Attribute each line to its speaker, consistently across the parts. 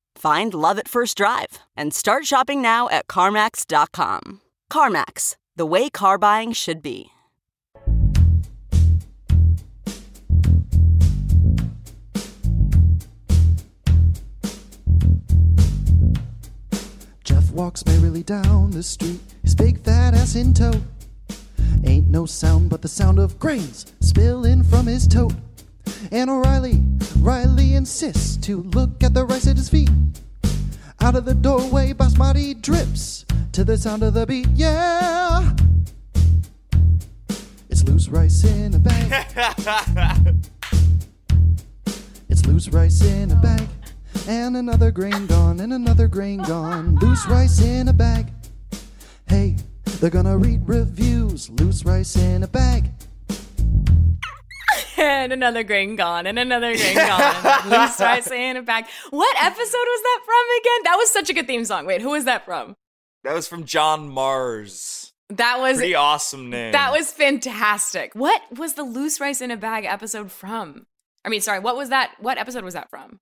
Speaker 1: Find love at first drive and start shopping now at CarMax.com. CarMax, the way car buying should be.
Speaker 2: Jeff walks merrily down the street, his big fat ass in tow. Ain't no sound but the sound of grains spilling from his tote. And O'Reilly, Riley insists to look at the rice at his feet. Out of the doorway, basmati drips to the sound of the beat. Yeah! It's loose rice in a bag. It's loose rice in a bag. And another grain gone, and another grain gone. Loose rice in a bag. Hey, they're gonna read reviews. Loose rice in a bag.
Speaker 3: and another grain gone, and another grain gone. Loose rice in a bag. What episode was that from again? That was such a good theme song. Wait, who was that from?
Speaker 4: That was from John Mars.
Speaker 3: That was
Speaker 4: Pretty awesome name.
Speaker 3: that was fantastic. What was the loose rice in a bag episode from? I mean, sorry, what was that? What episode was that from?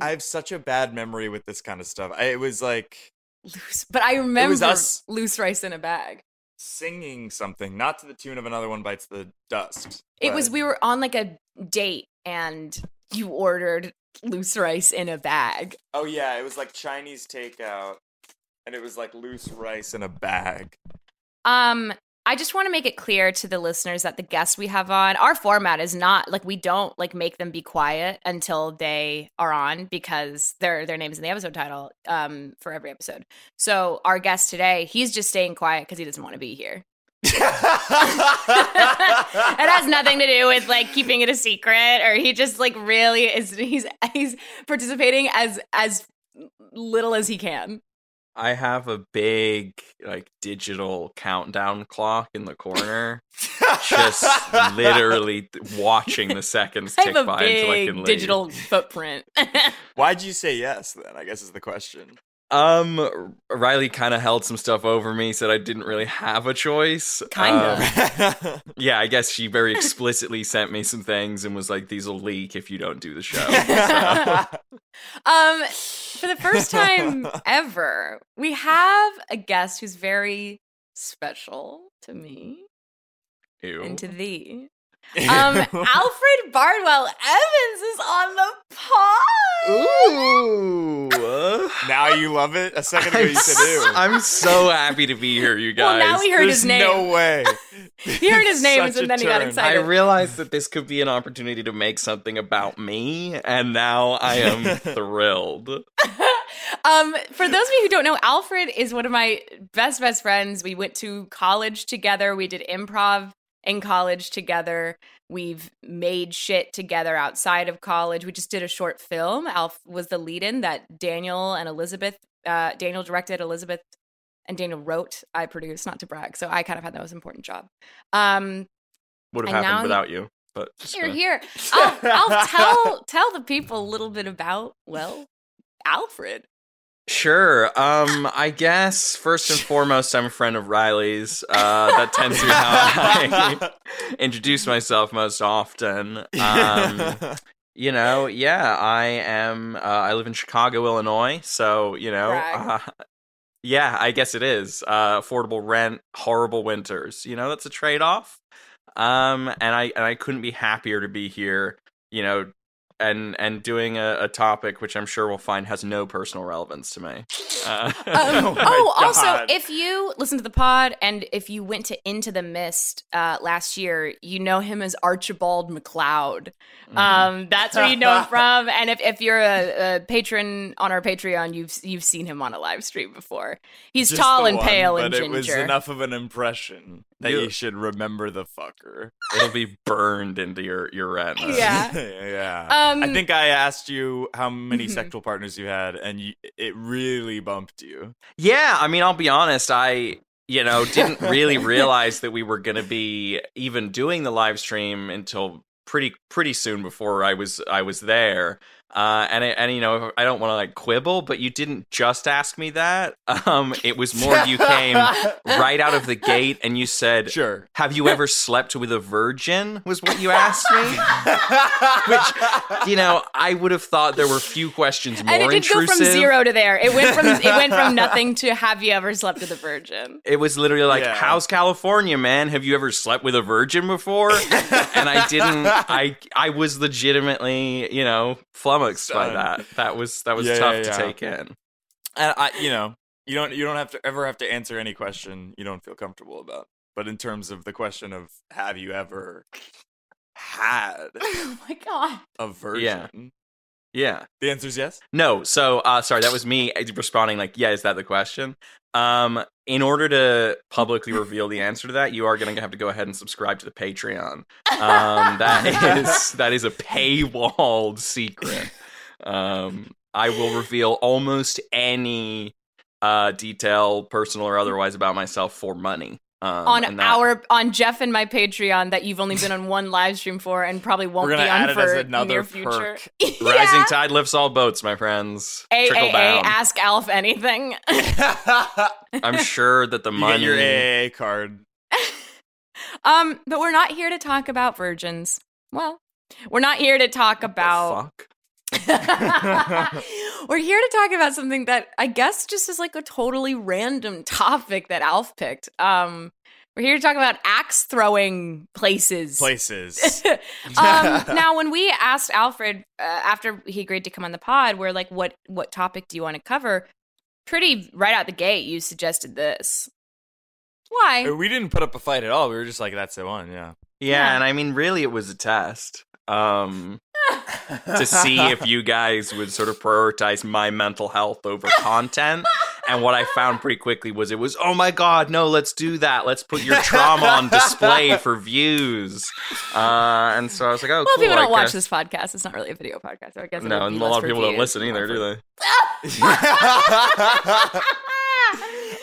Speaker 4: I have such a bad memory with this kind of stuff. I, it was like
Speaker 3: Loose, but I remember
Speaker 4: us.
Speaker 3: loose rice in a bag.
Speaker 4: singing something, not to the tune of another one bites the dust.
Speaker 3: It was
Speaker 4: but-
Speaker 3: we were on like a date and you ordered loose rice in a bag.
Speaker 4: Oh yeah, it was like Chinese takeout, and it was like loose rice in a bag.
Speaker 3: Um, I just want to make it clear to the listeners that the guests we have on, our format is not like we don't like make them be quiet until they are on because their their names in the episode title um for every episode. So our guest today, he's just staying quiet because he doesn't want to be here. it has nothing to do with like keeping it a secret or he just like really is he's he's participating as as little as he can.
Speaker 5: I have a big like digital countdown clock in the corner, just literally th- watching the seconds
Speaker 3: I
Speaker 5: tick
Speaker 3: have a
Speaker 5: by until I
Speaker 3: big
Speaker 5: can leave.
Speaker 3: digital footprint.
Speaker 4: Why'd you say yes then? I guess is the question.
Speaker 5: Um, R- Riley kind of held some stuff over me, said I didn't really have a choice.
Speaker 3: Kind
Speaker 5: Um,
Speaker 3: of.
Speaker 5: yeah, I guess she very explicitly sent me some things and was like, "These will leak if you don't do the show." So-
Speaker 3: Um, for the first time ever, we have a guest who's very special to me
Speaker 5: Ew.
Speaker 3: and to thee. Um, Alfred Bardwell Evans is on the pod.
Speaker 5: Ooh. uh,
Speaker 4: now you love it. A second ago
Speaker 5: I'm,
Speaker 4: you said ew.
Speaker 5: s- I'm so happy to be here, you
Speaker 3: Well,
Speaker 5: guys.
Speaker 3: now we heard
Speaker 4: There's
Speaker 3: his name.
Speaker 4: no way.
Speaker 3: he heard his name,
Speaker 4: Such a
Speaker 3: and then he got
Speaker 4: turn.
Speaker 5: I
Speaker 3: excited.
Speaker 5: realized that this could be an opportunity to make something about me, and now I am thrilled.
Speaker 3: um, for those of you who don't know, Alfred is one of my best best friends. We went to college together. We did improv in college together. We've made shit together outside of college. We just did a short film. Alf was the lead in that Daniel and Elizabeth. Uh, Daniel directed. Elizabeth and Daniel wrote. I produced. Not to brag. So I kind of had the most important job. Um,
Speaker 5: Would have
Speaker 3: And now
Speaker 5: happened
Speaker 3: you-
Speaker 5: without you, but just
Speaker 3: here,
Speaker 5: gonna-
Speaker 3: here. I'll, I'll tell tell the people a little bit about well, Alfred.
Speaker 5: Sure. Um, I guess first and foremost, I'm a friend of Riley's. Uh, that tends to be how I introduce myself most often. Um, you know, yeah, I am. Uh, I live in Chicago, Illinois. So you know, uh,
Speaker 3: Brag.
Speaker 5: yeah, I guess it is uh, affordable rent, horrible winters. You know, that's a trade off. Um, and I and I couldn't be happier to be here. You know, and and doing a, a topic which I'm sure we'll find has no personal relevance to me. Uh,
Speaker 3: Um, oh,
Speaker 4: my
Speaker 3: also,
Speaker 4: God.
Speaker 3: if you listen to the pod and if you went to Into the Mist uh, last year, you know him as Archibald McLeod.
Speaker 4: Mm-hmm.
Speaker 3: Um, that's where you know him from. And if, if you're a, a patron on our Patreon, you've you've seen him on a live stream before. He's
Speaker 4: Just
Speaker 3: tall
Speaker 4: the
Speaker 3: and
Speaker 4: one,
Speaker 3: pale and
Speaker 4: but it was
Speaker 3: ginger.
Speaker 4: enough of an impression that
Speaker 5: You-
Speaker 4: you should remember the fucker.
Speaker 5: it'll be burned into your your retina.
Speaker 3: Yeah.
Speaker 4: yeah.
Speaker 3: Uh, Um, mm-hmm.
Speaker 4: I think I asked you how many sexual partners you had, and you, it really bumped you.
Speaker 5: Yeah, I mean, I'll be honest, I you know didn't really realize that we were going to be even doing the live stream until pretty pretty soon before I was I was there. Uh, and it, and you know I don't want to like quibble, but you didn't just ask me that. Um, it was more you came right out of the gate and you said,
Speaker 4: Sure.
Speaker 5: Have you ever slept with a virgin? Was what you asked me. Which, you know, I would have thought there were few questions more
Speaker 3: and it did
Speaker 5: intrusive.
Speaker 3: go from zero to there. It went from it went from nothing to have you ever slept with a virgin?
Speaker 5: It was literally like,
Speaker 4: Yeah.
Speaker 5: "How's California, man? Have you ever slept with a virgin before?" and I didn't. I I was legitimately, you know, flummoxed by
Speaker 4: Stunned.
Speaker 5: that. That was that was
Speaker 4: Yeah,
Speaker 5: tough
Speaker 4: yeah,
Speaker 5: to
Speaker 4: yeah.
Speaker 5: take in.
Speaker 4: And I, you know, you don't you don't have to ever have to answer any question you don't feel comfortable about. But in terms of the question of have you ever had
Speaker 3: Oh my god!
Speaker 4: a virgin,
Speaker 5: Yeah.
Speaker 4: the answer is yes.
Speaker 5: No. So, uh, sorry, that was me responding. Like, yeah, is that the question? Um, in order to publicly reveal the answer to that, you are going to have to go ahead and subscribe to the Patreon. Um, that is that is a paywalled secret. Um, I will reveal almost any uh, detail, personal or otherwise, about myself for money. Um,
Speaker 3: on
Speaker 5: and that-
Speaker 3: our on Jeff and my Patreon that you've only been on one live stream for and probably won't
Speaker 4: We're
Speaker 3: be
Speaker 4: gonna add
Speaker 3: on
Speaker 4: it
Speaker 3: for
Speaker 4: as another
Speaker 3: near future.
Speaker 4: perk.
Speaker 5: rising tide lifts all boats, my friends.
Speaker 3: A
Speaker 5: Trickle
Speaker 3: A A,
Speaker 5: down.
Speaker 3: ask Alf anything.
Speaker 5: I'm sure that the
Speaker 4: You get
Speaker 5: money.
Speaker 4: your AAA card.
Speaker 3: um, but we're not here to talk about virgins. Well, we're not here to talk about.
Speaker 5: Fuck.
Speaker 3: we're here to talk about something that I guess just is like a totally random topic that Alf picked. Um, we're here to talk about axe throwing places.
Speaker 4: Places.
Speaker 3: um, now, when we asked Alfred uh, after he agreed to come on the pod, we're like, "What what topic do you want to cover?" Pretty right out the gate, you suggested this.
Speaker 5: Oh,
Speaker 3: Why?
Speaker 4: we didn't put up a fight at all. We were just like, that's the one, yeah.
Speaker 5: Yeah,
Speaker 3: Yeah.
Speaker 5: and I mean, really, it was a test um, to see if you guys would sort of prioritize my mental health over content. And what I found pretty quickly was it was, oh my God, no, let's do that. Let's put your trauma on display for views. Uh, and so I was like, oh,
Speaker 3: Well,
Speaker 5: cool.
Speaker 3: people don't
Speaker 5: I
Speaker 3: watch
Speaker 5: guess-
Speaker 3: this podcast. It's not really a video podcast. So I guess it
Speaker 5: No,
Speaker 3: would
Speaker 5: and
Speaker 3: be
Speaker 5: a
Speaker 3: less
Speaker 5: lot of
Speaker 3: for
Speaker 5: people don't
Speaker 3: views.
Speaker 5: listen either, do they?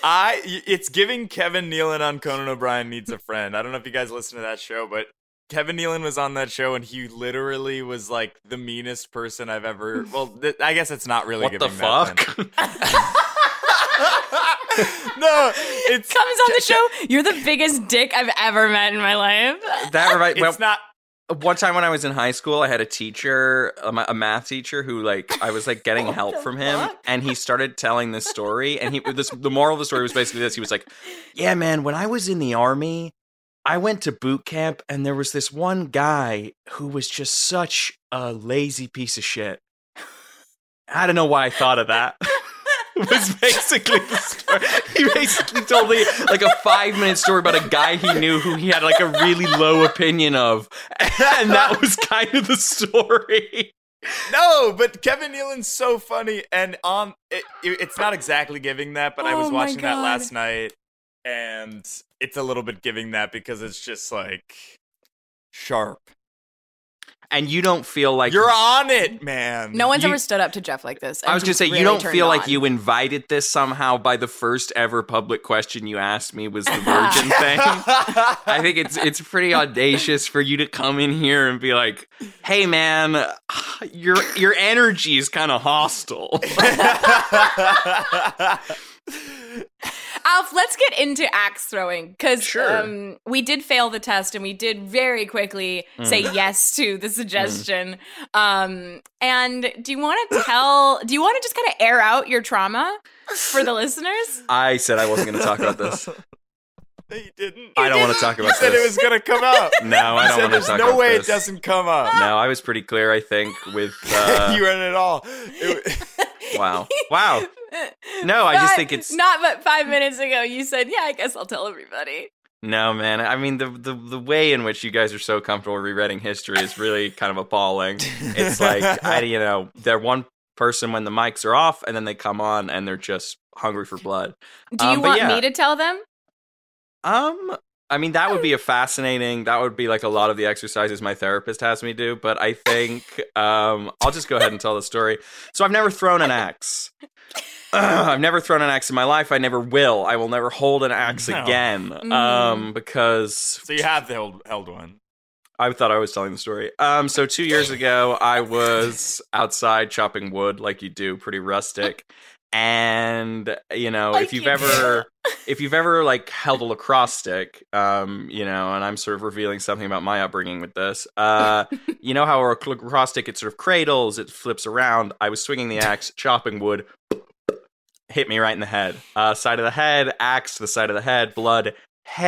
Speaker 4: I y- it's giving Kevin Nealon on Conan O'Brien needs a friend. I don't know if you guys listen to that show, but Kevin Nealon was on that show and he literally was like the meanest person I've ever. Well, th- I guess it's not really
Speaker 5: What the
Speaker 4: giving that
Speaker 5: fuck?
Speaker 4: friend. no, it's
Speaker 3: Comes on the show. You're the biggest dick I've ever met in my life.
Speaker 5: that reminds
Speaker 4: it's
Speaker 5: well,
Speaker 4: not.
Speaker 5: one time when I was in high school, I had a teacher, a, ma- a math teacher, who like I was like getting help from him, and he started telling this story, and he this the moral of the story was basically this: he was like, "Yeah, man, when I was in the army, I went to boot camp, and there was this one guy who was just such a lazy piece of shit. I don't know why I thought of that." was basically the story. He basically told me like a five minute story about a guy he knew who he had like a really low opinion of. And that was kind of the story.
Speaker 4: No, but Kevin Nealon's so funny, and on it, it- it's not exactly giving that, but I
Speaker 3: Oh
Speaker 4: was
Speaker 3: my
Speaker 4: watching that
Speaker 3: God.
Speaker 4: last night, and it's a little bit giving that because it's just like sharp.
Speaker 5: And you don't feel like
Speaker 4: You're on it, man.
Speaker 3: No one's
Speaker 5: You-
Speaker 3: ever stood up to Jeff like this.
Speaker 5: I was
Speaker 3: and
Speaker 5: gonna say
Speaker 3: really
Speaker 5: you don't
Speaker 3: turned
Speaker 5: feel like
Speaker 3: on.
Speaker 5: you invited this somehow by the first ever public question you asked me was the virgin thing. I think it's it's pretty audacious for you to come in here and be like, "Hey man, your your energy is kind of hostile."
Speaker 3: Alf, let's get into axe throwing because
Speaker 5: Sure.
Speaker 3: um, we did fail the test and we did very quickly
Speaker 5: Mm.
Speaker 3: say yes to the suggestion. Um, and do you want to tell? Do you want to just kind of air out your trauma for the listeners?
Speaker 5: I said I wasn't going to talk about this.
Speaker 4: He didn't.
Speaker 5: I don't want to talk
Speaker 4: He
Speaker 5: about
Speaker 4: said it
Speaker 5: this.
Speaker 4: was gonna come up.
Speaker 5: No, I
Speaker 4: He said
Speaker 5: don't want to
Speaker 4: there's
Speaker 5: talk
Speaker 4: no
Speaker 5: about
Speaker 4: way
Speaker 5: this.
Speaker 4: it doesn't come up.
Speaker 5: No, I was pretty clear, I think, with uh,
Speaker 4: you ran it all. It-
Speaker 5: wow, wow. No, I just think
Speaker 3: Not-
Speaker 5: it's
Speaker 3: not but five minutes ago you said, Yeah, I guess I'll tell everybody.
Speaker 5: no, man. I mean, the, the the way in which you guys are so comfortable rereading history is really kind of appalling. It's like I, you know, they're one person when the mics are off, and then they come on, and they're just hungry for blood.
Speaker 3: Do you
Speaker 5: Um, but
Speaker 3: want
Speaker 5: yeah.
Speaker 3: me to tell them?
Speaker 5: Um, I mean, that would be a fascinating. That would be like a lot of the exercises my therapist has me do. But I think um, I'll just go ahead and tell the story. So I've never thrown an axe. I've never thrown an axe in my life. I never will. I will never hold an axe
Speaker 4: No.
Speaker 5: again. Um, because
Speaker 4: so you have the held, held one.
Speaker 5: I thought I was telling the story. Um, so two years ago, I was outside chopping wood, like you do, pretty rustic. And you know,
Speaker 3: Like
Speaker 5: if you've
Speaker 3: you
Speaker 5: ever, if you've ever like held a lacrosse stick, um, you know, and I'm sort of revealing something about my upbringing with this. Uh, you know how a lacrosse stick it sort of cradles, it flips around. I was swinging the axe, chopping wood, hit me right in the head, uh, side of the head, axe to the side of the head, blood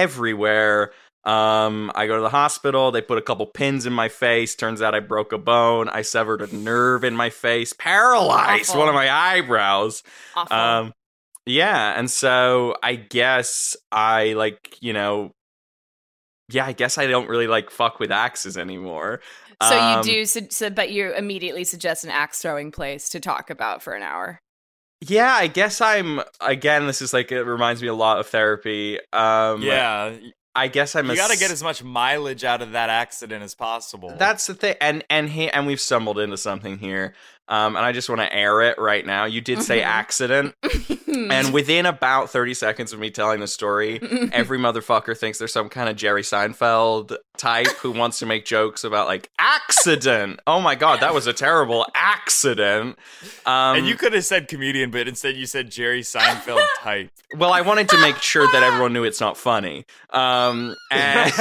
Speaker 5: everywhere. Um, I go to the hospital. They put a couple pins in my face. Turns out I broke a bone. I severed a nerve in my face, paralyzed
Speaker 3: Awful.
Speaker 5: one of my eyebrows.
Speaker 3: Awful.
Speaker 5: Um, yeah, and so I guess I like you know, yeah, I guess I don't really like fuck with axes anymore.
Speaker 3: so
Speaker 5: um,
Speaker 3: you do su- so, but you immediately suggest an axe throwing place to talk about for an hour.
Speaker 5: Yeah, I guess I'm again. This is like it reminds me a lot of therapy. Um,
Speaker 4: yeah,
Speaker 5: I guess I'm.
Speaker 4: you
Speaker 5: a
Speaker 4: got to
Speaker 5: s-
Speaker 4: get as much mileage out of that accident as possible.
Speaker 5: That's the thing, and and he and we've stumbled into something here, um, and I just want to air it right now. You did say
Speaker 3: Mhm.
Speaker 5: accident, and within about thirty seconds of me telling the story, every motherfucker thinks there's some kind of Jerry Seinfeld type who wants to make jokes about like accident. Oh my god, that was a terrible accident. Um,
Speaker 4: and you could have said comedian, but instead you said Jerry Seinfeld type.
Speaker 5: well, I wanted to make sure that everyone knew it's not funny. Um, and,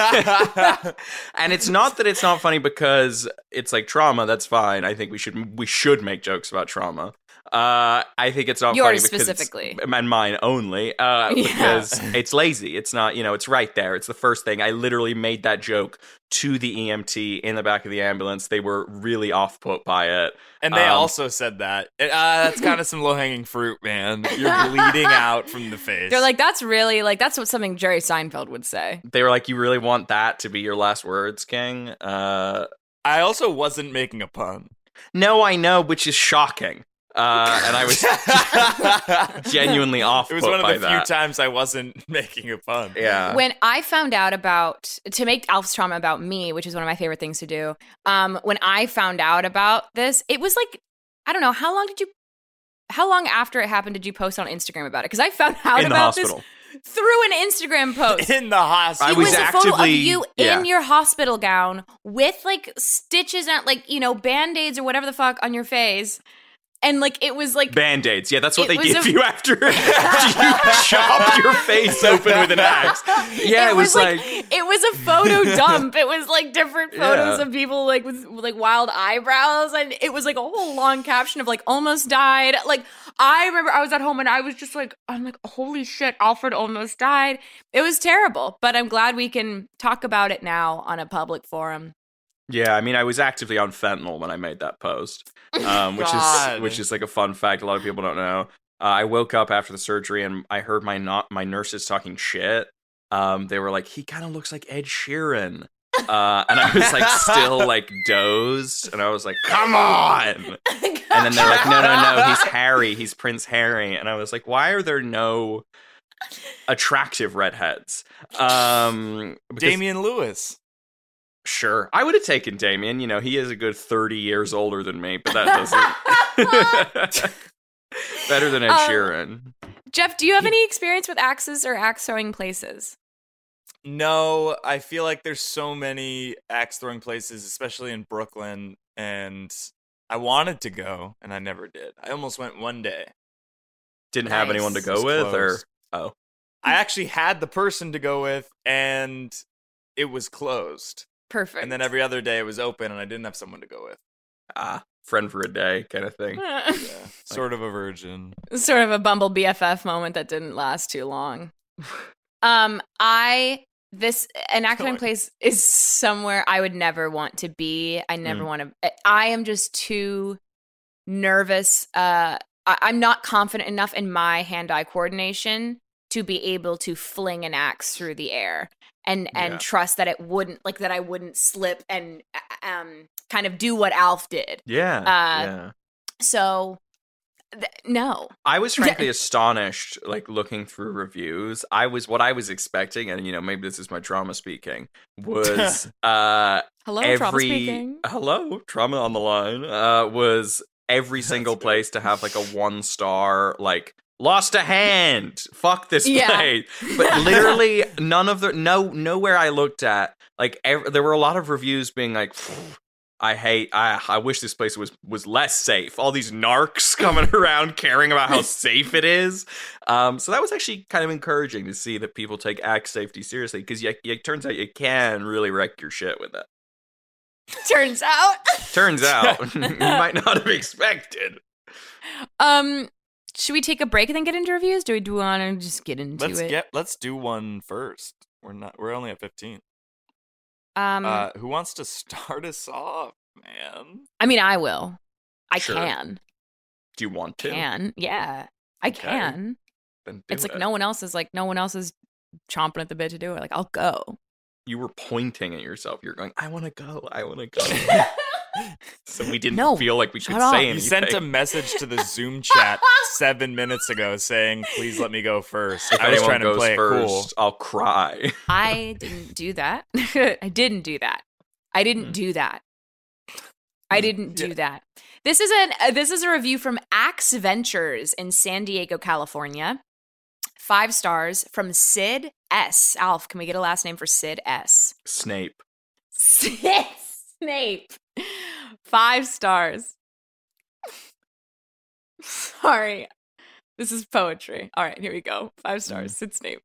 Speaker 5: and it's not that it's not funny because it's like trauma. That's fine. I think we should we should make jokes about trauma. Uh, I think it's not
Speaker 3: Yours
Speaker 5: funny because it's-
Speaker 3: specifically.
Speaker 5: and mine only uh,
Speaker 3: Yeah.
Speaker 5: because it's lazy. It's not you know it's right there. It's the first thing. I literally made that joke to the EMT in the back of the ambulance. They were really off put by it.
Speaker 4: And they
Speaker 5: Um,
Speaker 4: also said that. And, uh, that's kind of some low hanging fruit, man. You're bleeding out from the face.
Speaker 3: They're like, that's really like that's what something Jerry Seinfeld would say.
Speaker 5: They were like, "You really want that to be your last words, King?" Uh,
Speaker 4: I also wasn't making a pun.
Speaker 5: No, I know, which is shocking. Uh, and I was genuinely off.
Speaker 4: It was one of the few
Speaker 5: that.
Speaker 4: times I wasn't making a pun.
Speaker 5: Yeah.
Speaker 3: when I found out about to make Alf's trauma about me, which is one of my favorite things to do. Um, when I found out about this, it was like I don't know how long did you, how long after it happened did you post on Instagram about it? Because I found out
Speaker 5: In the
Speaker 3: about
Speaker 5: hospital.
Speaker 3: this through an Instagram post.
Speaker 4: In the hospital.
Speaker 5: I
Speaker 3: It was,
Speaker 5: was
Speaker 3: a photo of
Speaker 5: actively-
Speaker 3: you
Speaker 5: yeah.
Speaker 3: in your hospital gown with like stitches and like you know band aids or whatever the fuck on your face, and like it was like
Speaker 5: Band aids. Yeah, that's what
Speaker 3: It
Speaker 5: they
Speaker 3: was
Speaker 5: give
Speaker 3: a-
Speaker 5: you after after you chop your face open with an axe. Yeah, it, was, like,
Speaker 3: it was a photo dump. It was like different photos
Speaker 5: Yeah.
Speaker 3: of people like with like wild eyebrows, and it was like a whole long caption of like almost died. Like I remember I was at home and I was just like, I'm like, holy shit, Alfred almost died. It was terrible, but I'm glad we can talk about it now on a public forum.
Speaker 5: yeah. I mean, I was actively on fentanyl when I made that post, um, which
Speaker 4: God.
Speaker 5: is which is like a fun fact. A lot of people don't know. Uh, I woke up after the surgery and I heard my not my nurses talking shit. Um, they were like, he kind of looks like Ed Sheeran. Uh, and I was like, still like dozed, and I was like, "Come on!" And then they're like, no, no, no, he's Harry. He's Prince Harry. And I was like, why are there no attractive redheads? Um, because-
Speaker 4: Damian Lewis.
Speaker 5: Sure. I would have taken Damien. You know, he is a good 30 years older than me, but that doesn't. Better than Ed
Speaker 3: Um,
Speaker 5: Sheeran.
Speaker 3: Jeff, do you have any experience with axes or axe throwing places?
Speaker 4: No, I feel like there's so many axe throwing places, especially in Brooklyn, and I wanted to go and I never did. I almost went one day.
Speaker 5: Didn't have
Speaker 3: Nice.
Speaker 5: anyone to
Speaker 4: It was
Speaker 5: go with, or
Speaker 4: close.
Speaker 5: oh,
Speaker 4: I actually had the person to go with and it was closed.
Speaker 3: Perfect.
Speaker 4: And then every other day it was open and I didn't have someone to go with.
Speaker 5: ah, friend for a day kind of thing.
Speaker 4: Yeah. sort of a virgin.
Speaker 3: sort of a bumble BFF moment that didn't last too long. Um, I this an acting place is somewhere I would never want to be. I never want to. I am just too nervous. Uh, I, I'm not confident enough in my hand-eye coordination to be able to fling an axe through the air and and
Speaker 5: Yeah.
Speaker 3: trust that it wouldn't like that I wouldn't slip and uh, um kind of do what Alf did.
Speaker 5: Yeah.
Speaker 3: Uh,
Speaker 5: yeah.
Speaker 3: So th- no,
Speaker 5: I was frankly astonished, like looking through reviews. I was what I was expecting, and you know, maybe this is my trauma speaking, was uh
Speaker 3: hello, trauma
Speaker 5: every
Speaker 3: speaking.
Speaker 5: hello, trauma on the line. Uh was every single place to have like a one star like lost a hand. Fuck this
Speaker 3: Yeah.
Speaker 5: place. But literally none of the no nowhere I looked at, like ev- there were a lot of reviews being like I hate. I I wish this place was was less safe. All these narcs coming around caring about how safe it is. Um, so that was actually kind of encouraging to see that people take axe safety seriously because it turns out you can really wreck your shit with it.
Speaker 3: Turns out.
Speaker 5: Turns out you might not have expected.
Speaker 3: Um, should we take a break and then get into reviews? Do we do want to just get into
Speaker 4: Let's
Speaker 3: it?
Speaker 4: get let's do one first. We're not we're only at 15.
Speaker 3: um,
Speaker 4: Uh who wants to start us off, man?
Speaker 3: I mean, I will. I
Speaker 5: Sure.
Speaker 3: can.
Speaker 5: Do you want to?
Speaker 3: Can yeah, I
Speaker 5: Okay.
Speaker 3: can.
Speaker 5: Then do
Speaker 3: It's like
Speaker 5: it.
Speaker 3: no one else is like no one else is chomping at the bit to do it. Like I'll go.
Speaker 5: You were pointing at yourself. You're going. I want to go. I want to go. so we didn't
Speaker 3: No,
Speaker 5: feel like we could
Speaker 3: shut up.
Speaker 5: say
Speaker 3: You
Speaker 5: anything.
Speaker 4: You sent a message to the Zoom chat seven minutes ago saying, "Please let me go first.
Speaker 5: If
Speaker 4: I was
Speaker 5: anyone
Speaker 4: trying to
Speaker 5: goes
Speaker 4: play
Speaker 5: first,
Speaker 4: it cool.
Speaker 5: I'll cry.
Speaker 3: I didn't do that. I didn't do that. I didn't do that. I didn't do that. This is an uh, this is a review from Axe Ventures in San Diego, California. Five stars from Sid S. Alf, can we get a last name for Sid S?
Speaker 5: Snape.
Speaker 3: Sid Snape. Five stars. Sorry. This is poetry. All right, here we go. Five stars. Sid Snape.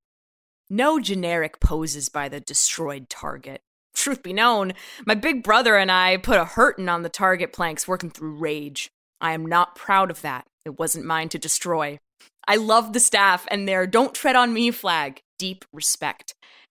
Speaker 3: Hmm. No generic poses by the destroyed target. Truth be known, my big brother and I put a hurtin' on the target planks working through rage. I am not proud of that. It wasn't mine to destroy. I love the staff and their don't tread on me flag. Deep respect.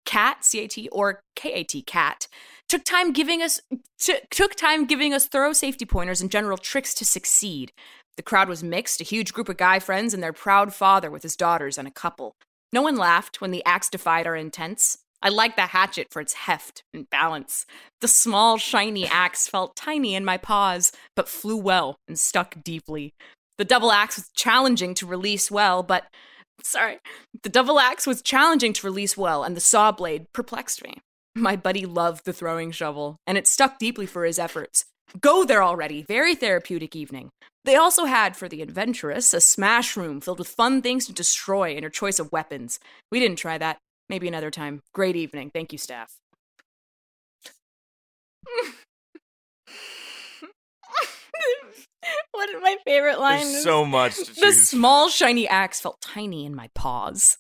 Speaker 3: Cat, C A T or K A T cat, took time giving us t- took time giving us thorough safety pointers and general tricks to succeed. The crowd was mixed, a huge group of guy friends and their proud father with his daughters and a couple. No one laughed when the axe defied our intents. I liked the hatchet for its heft and balance. The small, shiny axe felt tiny in my paws, but flew well and stuck deeply. The double axe was challenging to release well, but sorry. The double axe was challenging to release well, and the saw blade perplexed me. My buddy loved the throwing shovel, and it stuck deeply for his efforts. Go there already! Very therapeutic evening. They also had, for the adventurous, a smash room filled with fun things to destroy and your choice of weapons. We didn't try that. Maybe another time. Great evening. Thank you, staff. What is my favorite line?
Speaker 4: There's
Speaker 3: is-
Speaker 4: so much to
Speaker 3: the
Speaker 4: choose.
Speaker 3: small shiny axe felt tiny in my paws.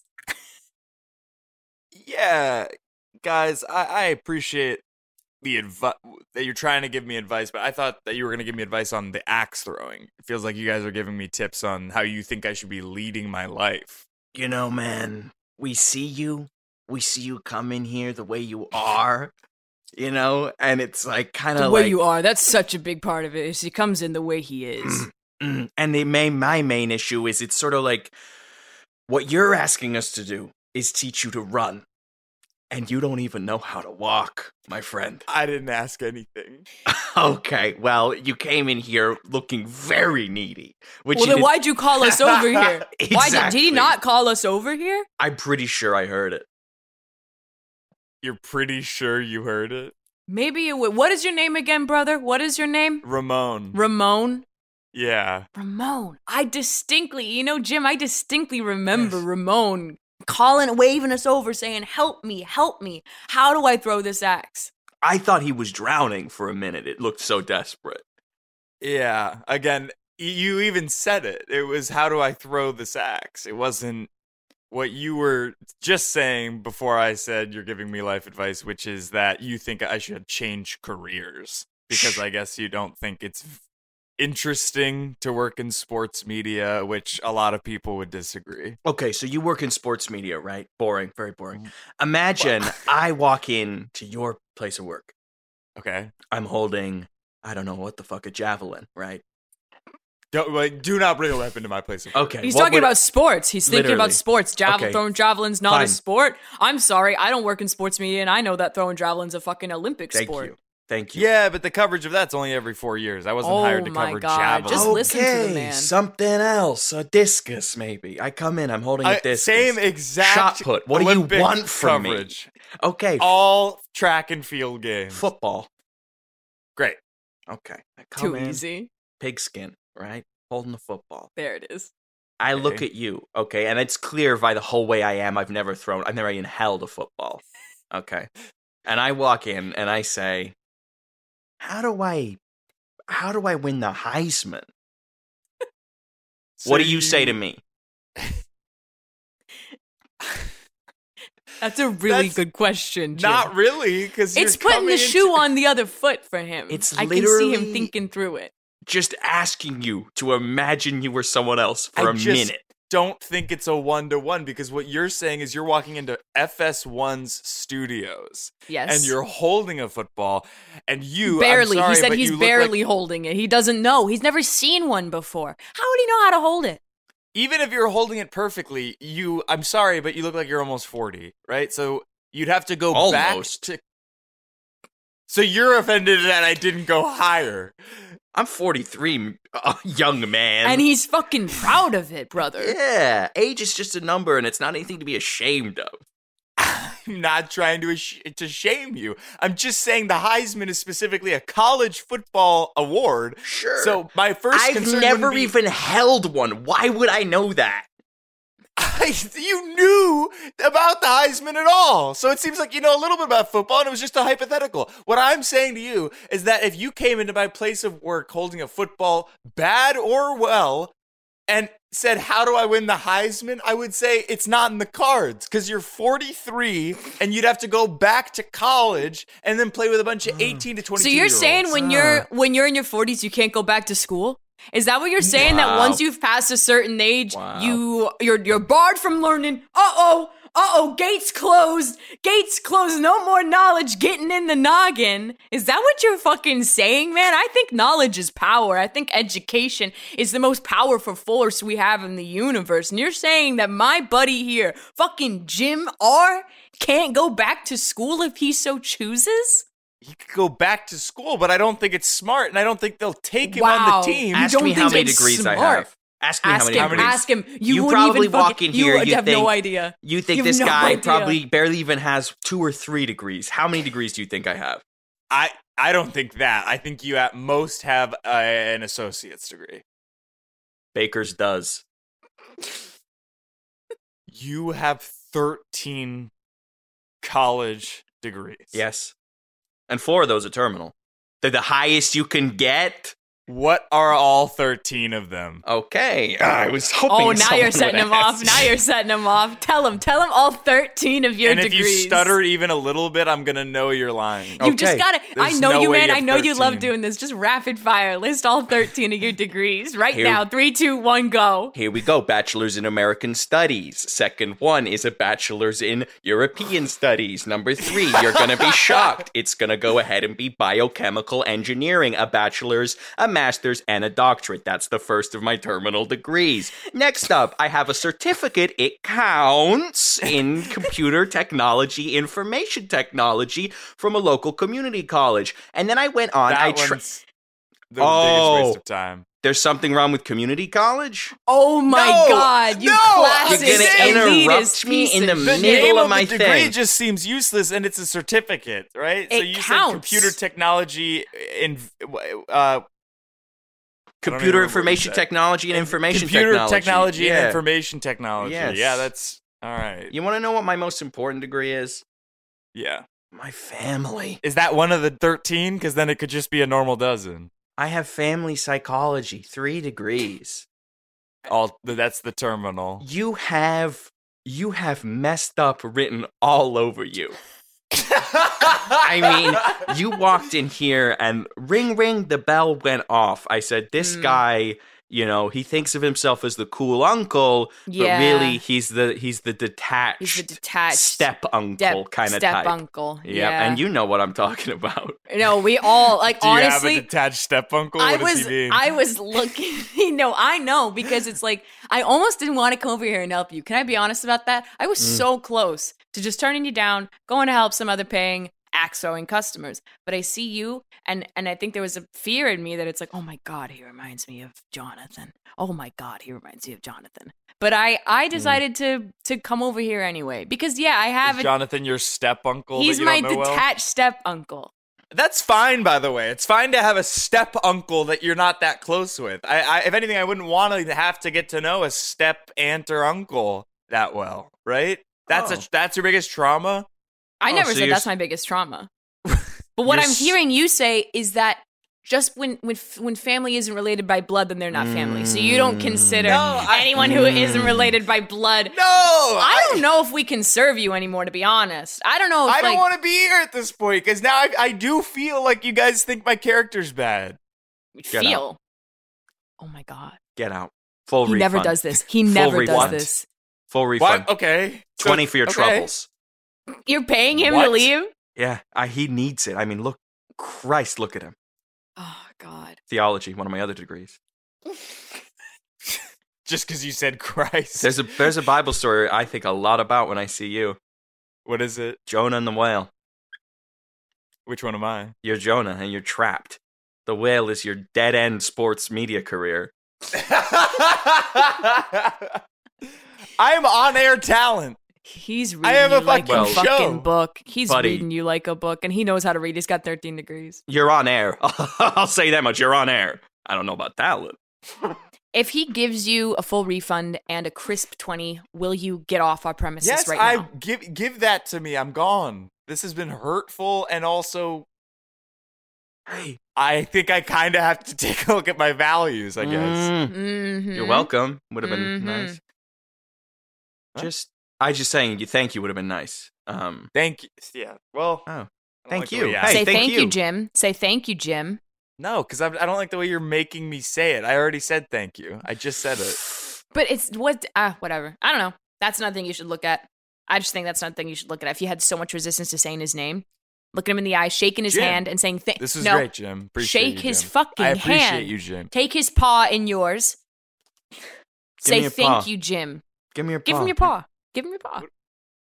Speaker 4: yeah, guys, I, I appreciate the advice that you're trying to give me advice, but I thought that you were going to give me advice on the axe throwing. It feels like you guys are giving me tips on how you think I should be leading my life.
Speaker 6: you know, man, we see you. We see you come in here the way you are, you know, and it's like kind of like,
Speaker 3: are, that's such a big part of it. Is he comes in the way he is.
Speaker 6: Mm, and they may my main issue is it's sort of like what you're asking us to do is teach you to run, and you don't even know how to walk, my friend.
Speaker 4: I didn't ask anything.
Speaker 6: Okay, well, you came in here looking very needy, which
Speaker 3: well,
Speaker 6: you
Speaker 3: then
Speaker 6: did-
Speaker 3: why'd you call us over here? Why did, did he
Speaker 6: Exactly.
Speaker 3: not call us over here?
Speaker 6: I'm pretty sure I heard it.
Speaker 4: You're pretty sure you heard it,
Speaker 3: Maybe it would. What is your name again, brother? What is your name?
Speaker 4: Ramon.
Speaker 3: Ramon.
Speaker 4: yeah,
Speaker 3: Ramon. I distinctly, you know, Jim, I distinctly remember Ramon calling, waving us over, saying, Help me, help me. How do I throw this axe?
Speaker 6: I thought he was drowning for a minute. It looked so desperate.
Speaker 4: yeah. Again, y- you even said it. It was how do I throw this axe? It wasn't what you were just saying before I said you're giving me life advice, which is that you think I should change careers because I guess you don't think it's interesting to work in sports media, which a lot of people would disagree.
Speaker 5: Okay, so you work in sports media, right? Boring, very boring.
Speaker 6: Mm.
Speaker 5: Imagine I walk in to your place of work.
Speaker 4: Okay.
Speaker 5: I'm holding, I don't know what the fuck, a javelin, right?
Speaker 4: Don't, like, do not bring a weapon to my place. Of work.
Speaker 5: Okay.
Speaker 3: He's
Speaker 5: what
Speaker 3: talking
Speaker 5: would-
Speaker 3: about sports. He's thinking
Speaker 5: Literally.
Speaker 3: about sports. Javel-
Speaker 5: Okay.
Speaker 3: Throwing javelins not
Speaker 5: Fine.
Speaker 3: a sport. I'm sorry, I don't work in sports media, and I know that throwing javelins a fucking Olympic
Speaker 5: Thank
Speaker 3: sport.
Speaker 5: you. Thank you.
Speaker 4: Yeah, but the coverage of that's only every four years. I wasn't
Speaker 3: Oh
Speaker 4: hired to
Speaker 3: my
Speaker 4: cover
Speaker 3: God,
Speaker 4: javelin.
Speaker 3: just
Speaker 5: okay,
Speaker 3: listen to the man.
Speaker 5: Something else, a discus maybe. I come in, I'm holding a
Speaker 4: Uh,
Speaker 5: discus.
Speaker 4: same exact
Speaker 5: shot put. What do
Speaker 4: Olympic
Speaker 5: you want from
Speaker 4: coverage.
Speaker 5: me? Okay,
Speaker 4: All track and field games.
Speaker 5: football.
Speaker 4: Great.
Speaker 5: Okay, I come
Speaker 3: Too
Speaker 5: in,
Speaker 3: easy.
Speaker 5: Pigskin, right? Holding the football.
Speaker 3: There it is.
Speaker 5: I look
Speaker 4: Okay.
Speaker 5: at you, okay, and it's clear by the whole way I am. I've never thrown, I've never even held a football, okay. And I walk in and I say, "How do I, how do I win the Heisman?" what do you say to me?
Speaker 3: That's a really
Speaker 4: That's
Speaker 3: good question. Jim.
Speaker 4: Not really, because
Speaker 3: It's putting the shoe on the other foot for him.
Speaker 5: It's
Speaker 3: I can see him
Speaker 5: literally-
Speaker 3: thinking through it.
Speaker 5: Just asking you to imagine you were someone else for
Speaker 4: I
Speaker 5: a
Speaker 4: just
Speaker 5: minute.
Speaker 4: Don't think it's a one to one because what you're saying is you're walking into FS1's studios
Speaker 3: Yes.
Speaker 4: and you're holding a football, and you I'm
Speaker 3: barely.
Speaker 4: sorry,
Speaker 3: he said
Speaker 4: but
Speaker 3: he's
Speaker 4: you look like-
Speaker 3: barely holding it. He doesn't know. He's never seen one before. How would he know how to hold it?
Speaker 4: even if you're holding it perfectly, you I'm sorry, but you look like you're almost 40, right? So you'd have to go
Speaker 5: Almost.
Speaker 4: back to So you're offended that I didn't go higher.
Speaker 5: I'm 43, m- uh, young man.
Speaker 3: And he's fucking proud of it, brother.
Speaker 5: yeah, age is just a number, and it's not anything to be ashamed of.
Speaker 4: I'm not trying to ash- to shame you. I'm just saying the Heisman is specifically a college football award.
Speaker 5: Sure.
Speaker 4: So my 1st
Speaker 5: I've
Speaker 4: concern
Speaker 5: never
Speaker 4: wouldn't be-
Speaker 5: even held one. Why would I know that?
Speaker 4: I, you knew about the Heisman at all. So it seems like you know a little bit about football and it was just a hypothetical. What I'm saying to you is that if you came into my place of work holding a football, bad or well, and said, How do I win the Heisman? I would say it's not in the cards because you're 43 and you'd have to go back to college and then play with a bunch of 18 to 22.
Speaker 3: Mm. So you're saying
Speaker 4: olds.
Speaker 3: when you're when you're in your 40s, you can't go back to school? Is that what you're saying? That
Speaker 5: Wow.
Speaker 3: once you've passed a certain age,
Speaker 5: Wow.
Speaker 3: you you're you're barred from learning. Uh oh, uh oh, gates closed, gates closed. No more knowledge getting in the noggin. Is that what you're fucking saying, man? I think knowledge is power. I think education is the most powerful force we have in the universe. And you're saying that my buddy here, fucking Jim R, can't go back to school if he so chooses.
Speaker 4: he could go back to school, but I don't think it's smart and I don't think they'll take him
Speaker 3: Wow.
Speaker 4: on the team.
Speaker 3: You
Speaker 5: Ask
Speaker 3: don't
Speaker 5: me
Speaker 3: think
Speaker 5: how many
Speaker 3: it's
Speaker 5: degrees I
Speaker 3: smart.
Speaker 5: have. Ask me
Speaker 3: Ask him.
Speaker 5: how many degrees.
Speaker 3: Ask him. You,
Speaker 5: you
Speaker 3: wouldn't
Speaker 5: probably
Speaker 3: even
Speaker 5: walk
Speaker 3: fucking,
Speaker 5: in here.
Speaker 3: You,
Speaker 5: you
Speaker 3: have
Speaker 5: think,
Speaker 3: no idea.
Speaker 5: You think
Speaker 3: You've
Speaker 5: this
Speaker 3: no
Speaker 5: guy
Speaker 3: idea.
Speaker 5: probably barely even has two or three degrees. How many degrees do you think I have?
Speaker 4: I I don't think that. I think you at most have uh, an associate's degree.
Speaker 5: Baker's does.
Speaker 4: You have 13 college degrees.
Speaker 5: Yes. And four of those are terminal. They're the highest you can get.
Speaker 4: What are all 13 of
Speaker 5: Uh,
Speaker 4: them?
Speaker 5: Okay. I was hoping.
Speaker 3: Oh, now
Speaker 5: someone
Speaker 3: you're
Speaker 5: would
Speaker 3: setting him
Speaker 5: ask.
Speaker 3: off. Now you're setting him off. Tell him. Tell him all 13 of your
Speaker 4: and
Speaker 3: degrees.
Speaker 4: if you stutter even a little bit, I'm going to know you're lying.
Speaker 3: You just
Speaker 5: Okay.
Speaker 3: gotta. I
Speaker 4: There's
Speaker 3: know
Speaker 4: no
Speaker 3: you,
Speaker 4: way
Speaker 3: man.
Speaker 4: you
Speaker 3: I
Speaker 4: have
Speaker 3: know you love
Speaker 4: 13.
Speaker 3: doing this. Just rapid fire. List all 13 of your degrees right
Speaker 5: Here-
Speaker 3: now. Three, two, one, go.
Speaker 5: Here we go. Bachelor's in American Studies. Second one is a bachelor's in European Studies. Number three, you're going to be shocked. It's going to go ahead and be biochemical engineering, a bachelor's, a master's, and a doctorate. That's the first of my terminal degrees. Next up, I have a certificate. It counts in computer technology, information technology from a local community college. And then I went on. I
Speaker 4: that
Speaker 5: tra-
Speaker 4: one's the biggest
Speaker 5: Oh.
Speaker 4: waste of time.
Speaker 5: There's something wrong with community college?
Speaker 3: Oh my
Speaker 4: No!
Speaker 3: God! You
Speaker 4: No!
Speaker 5: You're
Speaker 3: classist,
Speaker 4: You're
Speaker 5: gonna
Speaker 4: This is
Speaker 5: interrupt
Speaker 3: elitist
Speaker 5: me
Speaker 3: piece
Speaker 5: in the
Speaker 3: of
Speaker 4: The
Speaker 3: shit.
Speaker 5: middle
Speaker 4: name
Speaker 5: of
Speaker 4: of
Speaker 5: my
Speaker 4: the degree
Speaker 5: thing.
Speaker 4: just seems useless, and it's a certificate, right? so
Speaker 3: It
Speaker 4: you
Speaker 3: counts.
Speaker 4: said computer technology in uh, don't even remember what
Speaker 5: Computer
Speaker 4: you
Speaker 5: information
Speaker 4: said.
Speaker 5: technology and information
Speaker 4: computer
Speaker 5: technology.
Speaker 4: technology, and
Speaker 5: Yeah.
Speaker 4: information technology.
Speaker 5: Yes.
Speaker 4: Yeah, that's all right.
Speaker 5: You want to know what my most important degree is?
Speaker 4: Yeah.
Speaker 5: My family.
Speaker 4: Is that one of the 13? Because then it could just be a normal dozen.
Speaker 5: I have family psychology, three degrees.
Speaker 4: All That's the terminal.
Speaker 5: You have you have messed up written all over you. I mean, you walked in here and ring, ring, the bell went off. I said, this
Speaker 3: Mm.
Speaker 5: guy, you know, he thinks of himself as the cool uncle,
Speaker 3: Yeah.
Speaker 5: but really he's the he's the detached,
Speaker 3: He's the detached
Speaker 5: step uncle kind of
Speaker 3: step
Speaker 5: type.
Speaker 3: uncle.
Speaker 5: Yep, and you know what I'm talking about.
Speaker 3: No, we all like
Speaker 4: Do you
Speaker 3: honestly.
Speaker 4: have a detached step uncle?
Speaker 3: I
Speaker 4: What is
Speaker 3: was
Speaker 4: he being?
Speaker 3: I was looking. You know, I know because it's like I almost didn't want to come over here and help you. Can I be honest about that? I was
Speaker 4: Mm.
Speaker 3: so close to just turning you down, going to help some other paying axoing customers. But I see you, and and I think there was a fear in me that it's like, oh my god, he reminds me of Jonathan. Oh my god, he reminds me of Jonathan. But I I decided to to come over here anyway because yeah, I have
Speaker 4: Mm. Is
Speaker 3: a
Speaker 4: Jonathan your step uncle? that
Speaker 3: He's
Speaker 4: you
Speaker 3: my
Speaker 4: don't know
Speaker 3: detached
Speaker 4: well?
Speaker 3: step uncle.
Speaker 4: That's fine, by the way. It's fine to have a step uncle that you're not that close with. I, I if anything, I wouldn't want to have to get to know a step aunt or uncle that well, right? That's
Speaker 5: Oh.
Speaker 4: a that's your biggest trauma.
Speaker 3: I
Speaker 5: Oh,
Speaker 3: never said
Speaker 5: so you're
Speaker 3: that's
Speaker 5: s-
Speaker 3: my biggest trauma. But what
Speaker 5: You're
Speaker 3: I'm
Speaker 5: s-
Speaker 3: hearing you say is that just when when f- when family isn't related by blood, then they're not family. So you don't consider
Speaker 5: Mm.
Speaker 4: No, I-
Speaker 3: anyone who isn't related by blood.
Speaker 4: No,
Speaker 3: I don't know if we can serve you anymore. To be honest, I don't know. If,
Speaker 4: I don't
Speaker 3: like,
Speaker 4: want to be here at this point because now I, I do feel like you guys think my character's bad.
Speaker 5: Get out.
Speaker 3: feel. Oh my god,
Speaker 5: Get out. Full
Speaker 3: he
Speaker 5: refund.
Speaker 3: never does this. He
Speaker 5: Full
Speaker 3: never does
Speaker 5: refund.
Speaker 3: this.
Speaker 5: Full refund.
Speaker 4: What? Okay, So-
Speaker 5: Twenty for your
Speaker 4: okay.
Speaker 5: troubles.
Speaker 3: You're paying him to
Speaker 4: What?
Speaker 3: leave.
Speaker 5: Yeah, I, he needs it. I mean, look, Christ, look at him.
Speaker 3: Oh god.
Speaker 5: Theology, one of my other degrees.
Speaker 4: Just because you said Christ.
Speaker 5: There's a there's a Bible story I think a lot about when I see you.
Speaker 4: what is it?
Speaker 5: Jonah and the whale.
Speaker 4: Which one am I?
Speaker 5: You're Jonah and you're trapped. The whale is your dead end sports media career.
Speaker 4: I am on air talent.
Speaker 3: He's reading
Speaker 4: I have
Speaker 3: you
Speaker 4: a
Speaker 3: like
Speaker 4: fucking
Speaker 3: a fucking
Speaker 4: show.
Speaker 3: book. He's
Speaker 5: Buddy.
Speaker 3: reading you like a book, and he knows how to read. He's got 13 degrees.
Speaker 5: You're on air. I'll say that much. You're on air. I don't know about talent.
Speaker 3: If he gives you a full refund and a crisp 20, will you get off our premises
Speaker 4: yes,
Speaker 3: right
Speaker 4: I
Speaker 3: now?
Speaker 4: give give that to me. I'm gone. This has been hurtful, and also,
Speaker 5: Hey,
Speaker 4: I think I kind of have to take a look at my values. I guess.
Speaker 5: Mm,
Speaker 3: Mhm.
Speaker 5: You're welcome. Would have been
Speaker 3: Mhm.
Speaker 5: nice.
Speaker 4: Huh?
Speaker 5: Just, I just saying, you thank you would have been nice. Um,
Speaker 4: Thank you. Yeah. Well.
Speaker 5: Oh.
Speaker 4: I don't
Speaker 5: Thank
Speaker 4: the
Speaker 5: you.
Speaker 4: way
Speaker 5: Hey,
Speaker 3: Say
Speaker 4: asked.
Speaker 5: thank
Speaker 3: thank, you.
Speaker 5: you.
Speaker 3: Jim. Say thank you, Jim.
Speaker 4: No, because I don't like the way you're making me say it. I already said thank you. I just said it.
Speaker 3: But it's what, uh, whatever. I don't know. That's nothing you should look at. I just think that's something you should look at. If you had so much resistance to saying his name, looking him in the eye, shaking his
Speaker 4: Jim,
Speaker 3: hand, and saying, thank
Speaker 4: This is
Speaker 3: no,
Speaker 4: great, Jim. Appreciate
Speaker 3: shake
Speaker 4: you,
Speaker 3: his
Speaker 4: Jim.
Speaker 3: fucking
Speaker 4: I appreciate
Speaker 3: hand.
Speaker 4: you, Jim.
Speaker 3: Take his paw in yours.
Speaker 5: me
Speaker 3: Say
Speaker 5: a
Speaker 3: thank
Speaker 5: paw.
Speaker 3: you, Jim.
Speaker 5: give me your
Speaker 3: Give
Speaker 5: paw.
Speaker 3: him your paw. Give him your paw.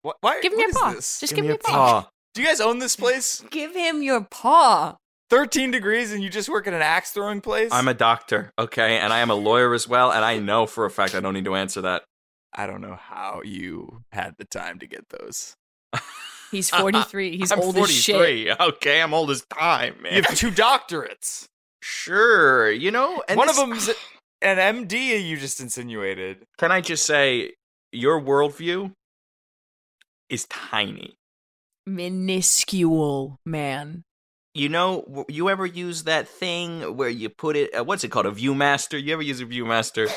Speaker 4: What? Why,
Speaker 3: Give him
Speaker 4: what
Speaker 3: your
Speaker 4: is
Speaker 3: paw.
Speaker 4: this?
Speaker 3: Just give him your paw.
Speaker 5: paw.
Speaker 4: Do you guys own this place?
Speaker 3: Give him your paw.
Speaker 4: 13 degrees and you just work at an axe throwing place?
Speaker 5: I'm a doctor, okay, and I am a lawyer as well, and I know for a fact I don't need to answer that.
Speaker 4: I don't know how you had the time to get those.
Speaker 3: He's 43. He's
Speaker 5: I'm
Speaker 3: old as shit.
Speaker 5: 43, okay? I'm old as time, man.
Speaker 4: You have two doctorates.
Speaker 5: sure, you know. And
Speaker 4: One
Speaker 5: this-
Speaker 4: of them's an MD you just insinuated.
Speaker 5: Can I just say, your worldview is tiny.
Speaker 3: Minuscule man.
Speaker 5: You know, w- you ever use that thing where you put it? Uh, what's it called? A ViewMaster. You ever use a ViewMaster?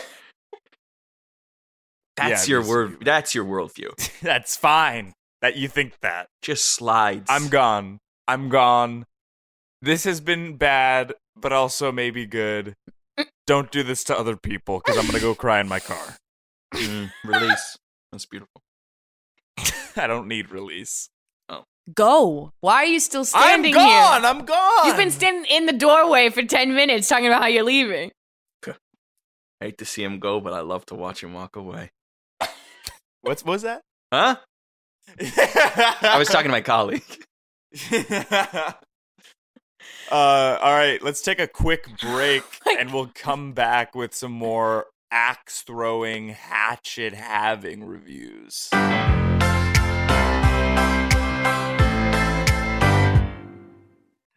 Speaker 5: That's
Speaker 4: Yeah,
Speaker 5: your
Speaker 4: this-
Speaker 5: word. That's your worldview.
Speaker 4: That's fine that you think that.
Speaker 5: Just slides.
Speaker 4: I'm gone. I'm gone. This has been bad, but also maybe good. Don't do this to other people because I'm going to go cry in my car.
Speaker 5: Mm, release. That's beautiful.
Speaker 4: I don't need release.
Speaker 3: Go. Why are you still standing
Speaker 4: I'm gone.
Speaker 3: here?
Speaker 4: I'm gone.
Speaker 3: You've been standing in the doorway for 10 minutes talking about how you're leaving.
Speaker 5: I hate to see him go, but I love to watch him walk away.
Speaker 4: What's, what was that?
Speaker 5: Huh? I
Speaker 4: I
Speaker 5: was talking to my colleague.
Speaker 4: uh, all right, let's take a quick break and we'll come back with some more axe throwing, hatchet having reviews.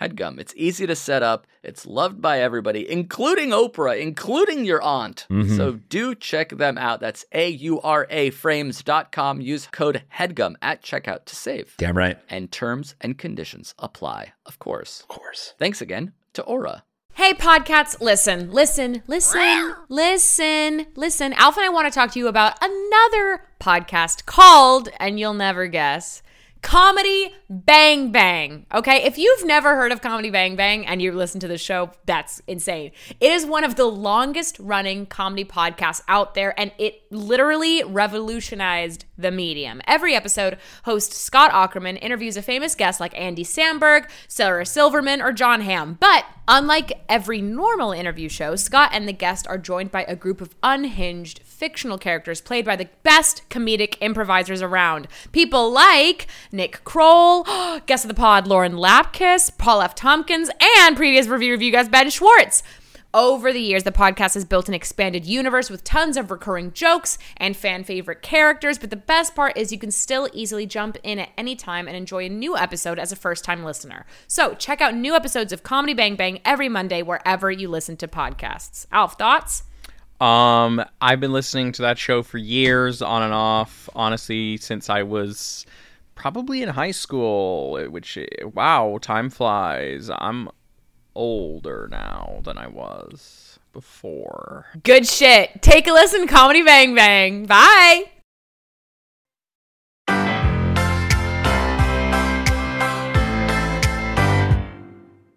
Speaker 7: HEADGUM. It's easy to set up, it's loved by everybody, including Oprah, including your aunt.
Speaker 4: Mm-hmm.
Speaker 7: So do check them out. That's A U R A frames.com. Use code HEADGUM at checkout to save.
Speaker 8: Damn right.
Speaker 7: And terms and conditions apply, of course. Of course. Thanks again to Aura.
Speaker 3: Hey, podcasts, listen, listen, listen, listen, listen. Alf and I want to talk to you about another podcast called, and you'll never guess, Comedy Bang Bang. Okay, if you've never heard of Comedy Bang Bang and you listen to the show, that's insane. It is one of the longest running comedy podcasts out there, and it literally revolutionized the medium. Every episode, host Scott Ackerman interviews a famous guest like Andy Samberg, Sarah Silverman, or John Hamm. But unlike every normal interview show, Scott and the guest are joined by a group of unhinged fictional characters played by the best comedic improvisers around. People like Nick Kroll, guest of the pod Lauren Lapkus, Paul F. Tompkins, and previous review review guest Ben Schwartz. Over the years, the podcast has built an expanded universe with tons of recurring jokes and fan favorite characters. But the best part is you can still easily jump in at any time and enjoy a new episode as a first time listener. So check out new episodes of Comedy Bang Bang every Monday wherever you listen to podcasts. Alf, thoughts?
Speaker 9: Um, I've been listening to that show for years, on and off. Honestly, since I was probably in high school, eh, which wow, time flies. I'm older now than I was before.
Speaker 3: Good shit. Take a listen, Comedy Bang Bang. Bye.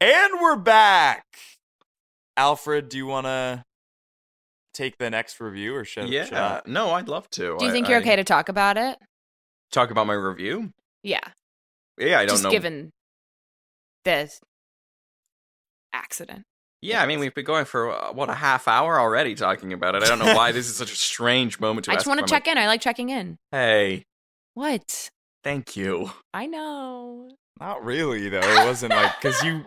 Speaker 4: And we're back. Alfred, do you want to take the next review or should, should I?
Speaker 5: Yeah. No, I'd love
Speaker 3: Do
Speaker 5: to. I-
Speaker 3: you think you're
Speaker 5: I-
Speaker 3: okay to talk about it?
Speaker 5: talk about my review?
Speaker 3: Yeah.
Speaker 5: Yeah, I don't
Speaker 3: just
Speaker 5: know.
Speaker 3: given this accident.
Speaker 5: yeah, I mean, we've been going for uh, what a half hour already talking about it. I don't know why this is such a strange moment to.
Speaker 3: I just want to check in. I like checking in.
Speaker 5: Hey,
Speaker 3: What?
Speaker 5: thank you.
Speaker 3: I know.
Speaker 4: Not really, though. It wasn't like because you.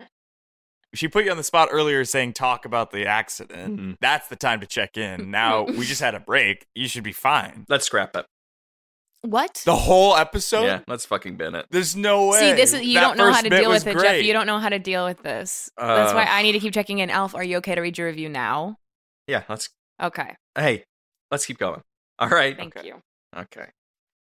Speaker 4: She put you on the spot earlier saying talk about the accident.
Speaker 3: Mm.
Speaker 5: Mhm.
Speaker 4: That's the time to check in. Now we just had a break. You should be fine.
Speaker 5: Let's scrap it.
Speaker 3: What?
Speaker 4: The whole episode?
Speaker 5: yeah, let's fucking bin it.
Speaker 4: There's no way.
Speaker 3: See, this is you
Speaker 4: That
Speaker 3: don't know how
Speaker 4: first
Speaker 3: to
Speaker 4: bit
Speaker 3: deal
Speaker 4: was
Speaker 3: with it, Jeff.
Speaker 4: great.
Speaker 3: You don't know how to deal with this. That's
Speaker 5: Uh.
Speaker 3: why I need to keep checking in. Alf, are you okay to read your review now?
Speaker 5: Yeah, let's.
Speaker 3: Okay,
Speaker 5: Hey, let's keep going. All right.
Speaker 3: thank you.
Speaker 5: Okay.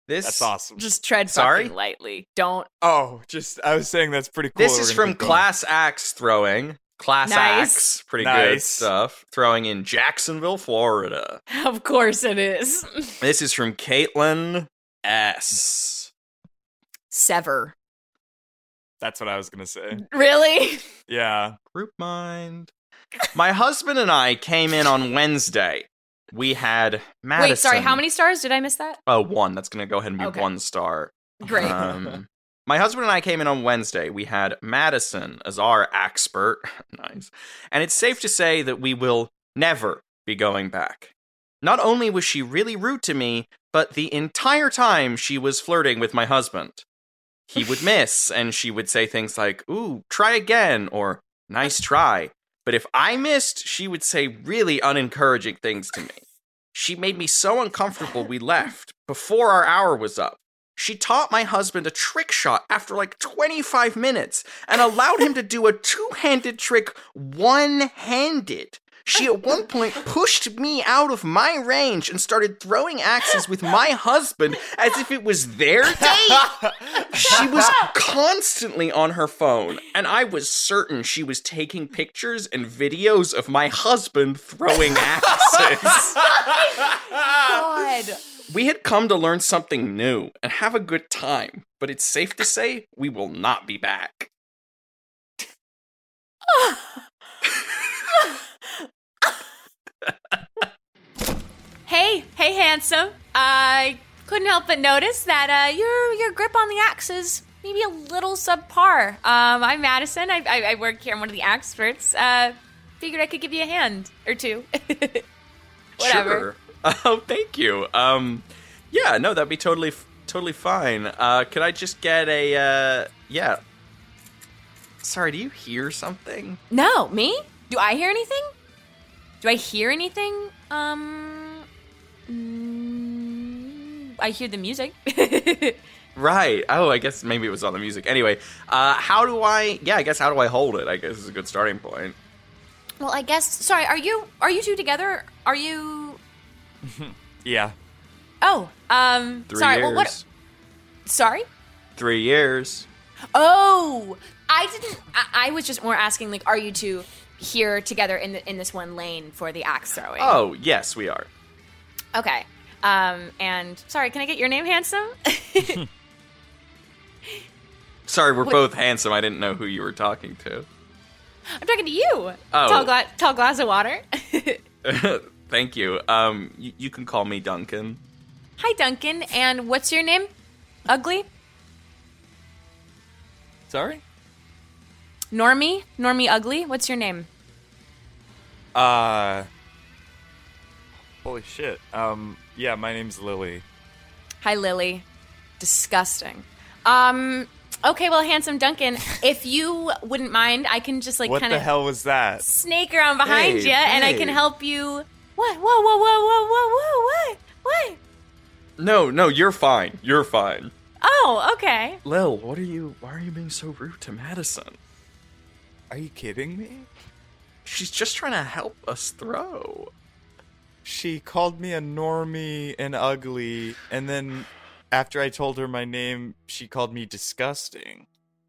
Speaker 5: This
Speaker 4: That's awesome.
Speaker 3: Just tread
Speaker 5: Sorry?
Speaker 3: fucking lightly. Don't.
Speaker 4: Oh, just I was saying that's pretty cool.
Speaker 5: This
Speaker 4: that
Speaker 5: is
Speaker 4: we're gonna
Speaker 5: from
Speaker 4: keep going.
Speaker 5: Class Axe Throwing. Class
Speaker 3: Nice.
Speaker 5: Axe, pretty good
Speaker 4: Nice.
Speaker 5: stuff. Throwing in Jacksonville, Florida.
Speaker 3: Of course it is.
Speaker 5: This is from Caitlin S.
Speaker 3: Sever.
Speaker 4: That's what I was gonna say.
Speaker 3: Really?
Speaker 4: Yeah.
Speaker 5: Group mind. My husband and I came in on Wednesday. We had Madison.
Speaker 3: Wait, sorry. How many stars did I miss that?
Speaker 5: Oh, one. That's going to go ahead and be
Speaker 3: Okay.
Speaker 5: one star.
Speaker 3: Great.
Speaker 4: Uh-huh.
Speaker 5: Um, my husband and I came in on Wednesday. We had Madison as our expert. nice. And it's safe to say that we will never be going back. Not only was she really rude to me, but the entire time she was flirting with my husband. He would miss, and she would say things like, Ooh, try again, or Nice try. But if I missed, she would say really unencouraging things to me. She made me so uncomfortable we left before our hour was up. She taught my husband a trick shot after like 25 minutes and allowed him to do a two handed trick one handed. She at one point pushed me out of my range and started throwing axes with my husband as if it was their date. She was constantly on her phone, and I was certain she was taking pictures and videos of my husband throwing axes.
Speaker 3: God.
Speaker 5: We had come to learn something new and have a good time, but it's safe to say we will not be back.
Speaker 3: Hey, hey, handsome. I couldn't help but notice that uh, your your grip on the axe is maybe a little subpar. Um, I'm Madison. I, I, I work here. I'm one of the experts. Uh, figured I could give you a hand or two. Whatever.
Speaker 5: Sure. Oh, thank you. Um, yeah, no, that'd be totally, f- totally fine. Uh, could I just get a, uh, yeah. Sorry, do you hear something?
Speaker 3: No, me? Do I hear anything? Do I hear anything? Um, mm, I hear the music.
Speaker 5: Right. Oh, I guess maybe it was on the music. Anyway, uh, how do I, yeah, I guess how do I hold it? I guess is a good starting point.
Speaker 3: well, I guess. Sorry. Are you are you two together? Are you?
Speaker 4: Yeah.
Speaker 3: Oh, um.
Speaker 5: Three
Speaker 3: sorry.
Speaker 5: years.
Speaker 3: Well, what? Sorry.
Speaker 5: Three years.
Speaker 3: Oh, I didn't. I, I was just more asking, like, are you two here together in the, in this one lane for the axe throwing?
Speaker 5: Oh, yes, we are.
Speaker 3: okay. Um, and sorry, can I get your name, handsome?
Speaker 5: Sorry, we're
Speaker 3: What-
Speaker 5: both handsome. I didn't know who you were talking to.
Speaker 3: I'm talking to you.
Speaker 5: Oh.
Speaker 3: Tall, gla- tall glass of water.
Speaker 5: Thank you. Um, you, you can call me Duncan.
Speaker 3: Hi, Duncan. And what's your name? Ugly?
Speaker 4: Sorry.
Speaker 3: Normie? Normie Ugly? What's your name?
Speaker 4: Uh. Holy shit. Um. Yeah, my name's Lily.
Speaker 3: Hi, Lily. Disgusting. Um. Okay, well, handsome Duncan, if you wouldn't mind, I can just like
Speaker 4: what
Speaker 3: kind
Speaker 4: the
Speaker 3: of
Speaker 4: hell was that?
Speaker 3: snake around behind
Speaker 4: Hey,
Speaker 3: you, and I
Speaker 4: hey.
Speaker 3: can help you. What? Whoa! Whoa! Whoa! Whoa! Whoa! Whoa! What? What?
Speaker 5: No, no, you're fine. You're fine.
Speaker 3: Oh, okay.
Speaker 5: Lil, what are you? Why are you being so rude to Madison?
Speaker 4: Are you kidding me?
Speaker 5: She's just trying to help us throw.
Speaker 4: She called me a normie and ugly, and then after I told her my name, she called me disgusting.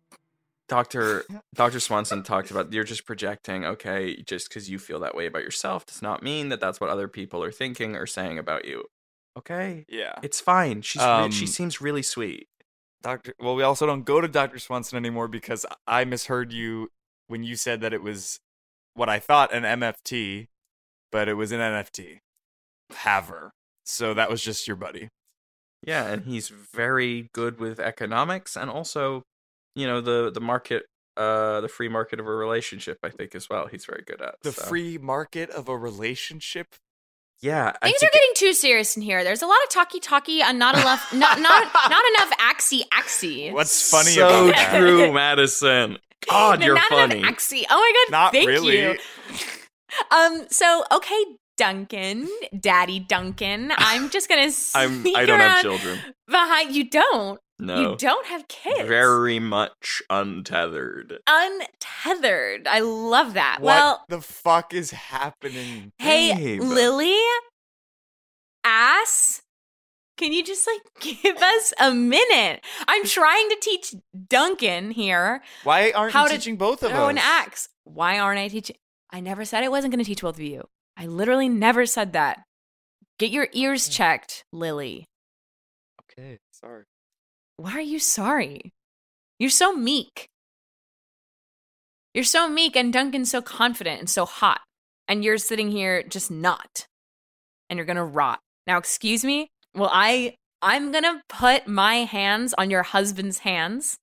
Speaker 5: Doctor Doctor Swanson talked about you're just projecting. Okay, just because you feel that way about yourself does not mean that that's what other people are thinking or saying about you. Okay,
Speaker 4: Yeah.
Speaker 5: it's fine. She's re- she
Speaker 4: Um,
Speaker 5: seems really sweet.
Speaker 4: Doctor. Well, we also don't go to Doctor Swanson anymore because I misheard you when you said that it was what I thought an MFT, but it was an NFT. Haver. So that was just your buddy.
Speaker 5: Yeah, and he's very good with economics and also, you know, the the market, uh, the free market of a relationship. I think as well, he's very good at
Speaker 4: The
Speaker 5: so.
Speaker 4: free market of a relationship.
Speaker 5: Yeah, I
Speaker 3: Things are
Speaker 5: think
Speaker 3: getting too serious in here. There's a lot of talky talky and not enough, not not not enough axy axy.
Speaker 4: What's
Speaker 5: it's
Speaker 4: funny
Speaker 5: so
Speaker 4: about that?
Speaker 5: true, Madison. God,
Speaker 3: No,
Speaker 5: you're
Speaker 3: not
Speaker 5: funny.
Speaker 3: enough axy. Oh my god!
Speaker 4: Not
Speaker 3: thank
Speaker 4: really.
Speaker 3: you. Um. So okay, Duncan, Daddy Duncan. I'm just gonna.
Speaker 5: I'm.
Speaker 3: sneak
Speaker 5: I don't have
Speaker 3: around
Speaker 5: children.
Speaker 3: Behind you don't.
Speaker 5: No.
Speaker 3: You don't have kids.
Speaker 5: Very much untethered.
Speaker 3: untethered. I love that.
Speaker 4: What
Speaker 3: Uh, Well,
Speaker 4: the fuck is happening?
Speaker 3: hey,
Speaker 5: Babe.
Speaker 3: Lily, ass, can you just like give us a minute? I'm trying to teach Duncan here
Speaker 4: Why aren't
Speaker 3: How
Speaker 4: you
Speaker 3: did-
Speaker 4: teaching both of
Speaker 3: throw
Speaker 4: us?
Speaker 3: an axe. Why aren't I teaching? I never said I wasn't going to teach both of you. I literally never said that. Get your ears checked, Lily.
Speaker 4: Mm. Okay, sorry.
Speaker 3: Why are you sorry? You're so meek. You're so meek, and Duncan's so confident and so hot. And you're sitting here just not. And you're gonna rot. Now, excuse me. Well, I I'm gonna put my hands on your husband's hands.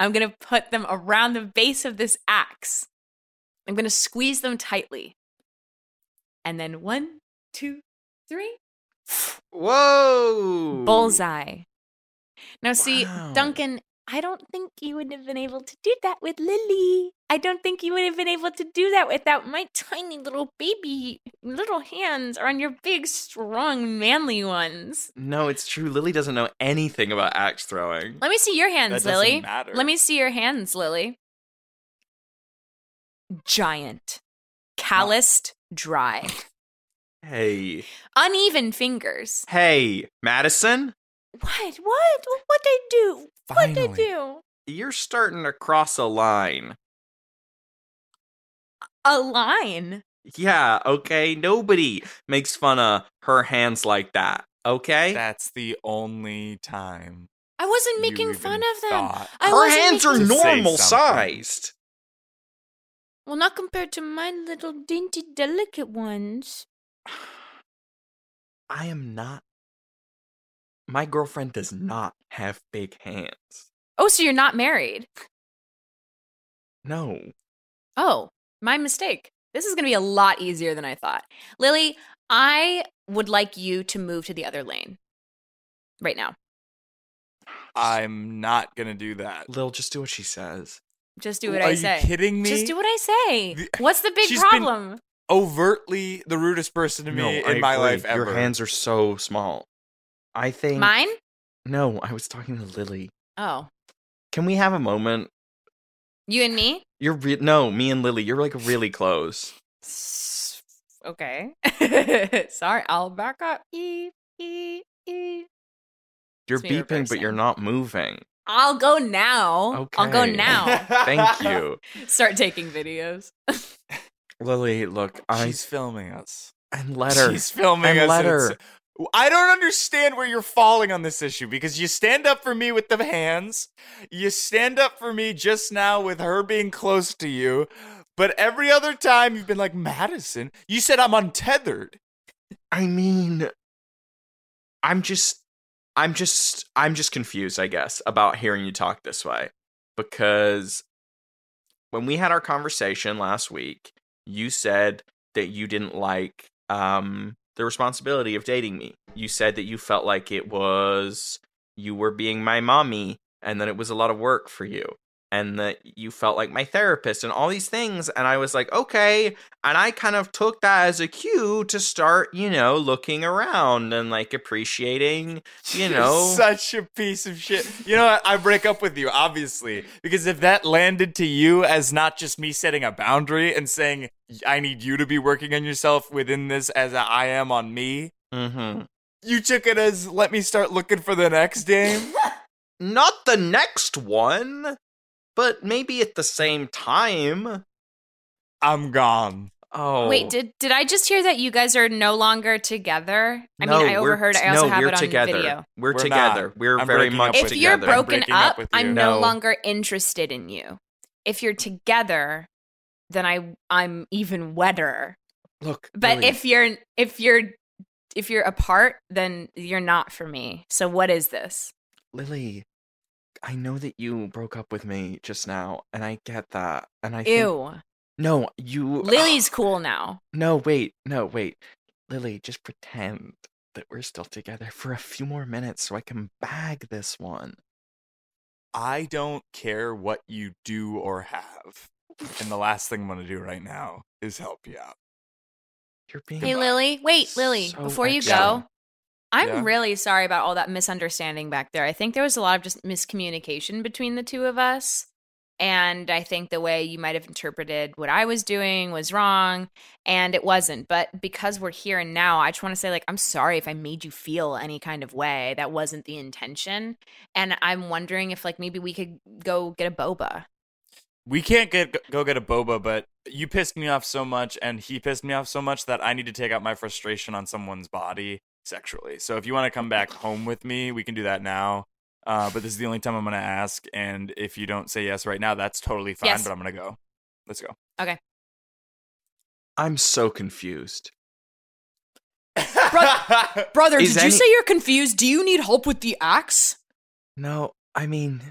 Speaker 3: I'm gonna put them around the base of this axe. I'm gonna squeeze them tightly. And then one, two, three.
Speaker 5: Whoa!
Speaker 3: Bullseye. Now, see,
Speaker 5: Wow.
Speaker 3: Duncan, I don't think you would have been able to do that with Lily. I don't think you would have been able to do that without my tiny little baby little hands on your big, strong, manly ones.
Speaker 5: No, it's true. Lily doesn't know anything about axe throwing.
Speaker 3: Let me see your hands,
Speaker 5: That doesn't
Speaker 3: Lily.
Speaker 5: matter.
Speaker 3: Let me see your hands, Lily. Giant, calloused, dry,
Speaker 5: Hey,
Speaker 3: uneven fingers.
Speaker 5: hey, Madison,
Speaker 3: What? What? What'd I do? What'd I
Speaker 5: Finally.
Speaker 3: do?
Speaker 5: you're starting to cross a line.
Speaker 3: A line.
Speaker 5: Yeah, okay. Nobody makes fun of her hands like that. Okay?
Speaker 4: That's the only time.
Speaker 3: I wasn't making
Speaker 4: even
Speaker 3: fun of them.
Speaker 4: thought
Speaker 3: I
Speaker 5: her
Speaker 3: wasn't
Speaker 5: hands
Speaker 3: making-
Speaker 5: are
Speaker 4: To say
Speaker 5: normal
Speaker 4: something.
Speaker 5: sized.
Speaker 3: Well, not compared to my little dainty, delicate ones.
Speaker 5: I am not. My girlfriend does not have big hands.
Speaker 3: Oh, so you're not married?
Speaker 5: No.
Speaker 3: Oh, my mistake. This is going to be a lot easier than I thought. Lily, I would like you to move to the other lane right now.
Speaker 4: I'm not gonna do that.
Speaker 5: Lil, just do what she says.
Speaker 3: Just do what
Speaker 4: Are
Speaker 3: I
Speaker 4: you
Speaker 3: say.
Speaker 4: kidding me?
Speaker 3: Just do what I say. What's the big
Speaker 4: She's been-
Speaker 3: problem?
Speaker 4: Overtly the rudest person to me in my life ever.
Speaker 5: Your hands are so small. I think
Speaker 3: Mine?
Speaker 5: No, I was talking to Lily.
Speaker 3: Oh,
Speaker 5: Can we have a moment?
Speaker 3: you and me?
Speaker 5: You're re- no, me and Lily. You're like really close.
Speaker 3: S- Okay. Sorry, I'll back up. E, e, e.
Speaker 5: You're
Speaker 3: It's me
Speaker 5: beeping, but you're not moving.
Speaker 3: I'll go now. I'll go
Speaker 5: Okay.
Speaker 3: now.
Speaker 5: Thank you,
Speaker 3: Start taking videos.
Speaker 5: Lily. Look, I
Speaker 4: She's filming us.
Speaker 5: and let her.
Speaker 4: She's filming
Speaker 5: and
Speaker 4: us.
Speaker 5: Let
Speaker 4: and
Speaker 5: her.
Speaker 4: it's- I don't understand where you're falling on this issue because you stand up for me with the hands. You stand up for me just now with her being close to you. But every other time you've been like, Madison, you said I'm untethered.
Speaker 5: I mean, I'm just, I'm just, I'm just confused, I guess, about hearing you talk this way because when we had our conversation last week, you said that you didn't like um the responsibility of dating me. You said that you felt like it was you were being my mommy and that it was a lot of work for you and that you felt like my therapist and all these things and I was like, "Okay." And I kind of took that as a cue to start, you know, looking around and like appreciating, you
Speaker 4: You're
Speaker 5: know,
Speaker 4: such a piece of shit. You know, what? I break up with you, obviously, because if that landed to you as not just me setting a boundary and saying, I need you to be working on yourself within this as I am on me,
Speaker 5: mhm.
Speaker 4: you took it as let me start looking for the next game.
Speaker 5: not the next one, but maybe at the same time.
Speaker 4: I'm gone.
Speaker 5: Oh
Speaker 3: Wait, did did I just hear that you guys are no longer together? I
Speaker 5: No,
Speaker 3: mean, I
Speaker 5: we're-
Speaker 3: overheard. I also
Speaker 5: no,
Speaker 3: have
Speaker 5: we're
Speaker 3: it on
Speaker 5: together.
Speaker 3: video.
Speaker 5: We're,
Speaker 4: We're
Speaker 5: together.
Speaker 4: not.
Speaker 5: We're
Speaker 4: I'm
Speaker 5: very
Speaker 4: breaking
Speaker 5: much
Speaker 4: up with
Speaker 3: If
Speaker 5: together.
Speaker 3: you're
Speaker 4: I'm
Speaker 3: broken
Speaker 4: breaking up
Speaker 3: up,
Speaker 4: with you.
Speaker 3: I'm no
Speaker 5: No.
Speaker 3: longer interested in you. If you're together, then I I'm even wetter.
Speaker 5: Look,
Speaker 3: But
Speaker 5: Lily,
Speaker 3: if you're if you're if you're apart, then you're not for me. So what is this?
Speaker 5: Lily, I know that you broke up with me just now, and I get that, and I think
Speaker 3: Ew.
Speaker 5: no, you
Speaker 3: Lily's
Speaker 4: oh,
Speaker 3: cool now.
Speaker 5: no, wait, no, wait, Lily, just pretend that we're still together for a few more minutes so I can bag this one.
Speaker 4: I don't care what you do or have. And the last thing I'm going to do right now is help you out.
Speaker 5: You're being
Speaker 3: Hey Lily, wait, Lily,
Speaker 5: So
Speaker 3: before you
Speaker 5: extra.
Speaker 3: go, I'm
Speaker 4: Yeah.
Speaker 3: really sorry about all that misunderstanding back there. I think there was a lot of just miscommunication between the two of us. And I think the way you might have interpreted what I was doing was wrong, and it wasn't. But because we're here and now, I just want to say, like, I'm sorry if I made you feel any kind of way. That wasn't the intention. And I'm wondering if, like, maybe we could go get a boba.
Speaker 4: We can't get go get a boba, but you pissed me off so much, and he pissed me off so much that I need to take out my frustration on someone's body sexually. So if you want to come back home with me, we can do that now. Uh, but this is the only time I'm going to ask, and if you don't say yes right now, that's totally fine.
Speaker 3: Yes.
Speaker 4: But I'm going to go. Let's go.
Speaker 5: I'm so confused.
Speaker 3: Brother,
Speaker 5: Is did you any- say
Speaker 3: you're confused? Do you need help with the axe?
Speaker 5: No, I mean,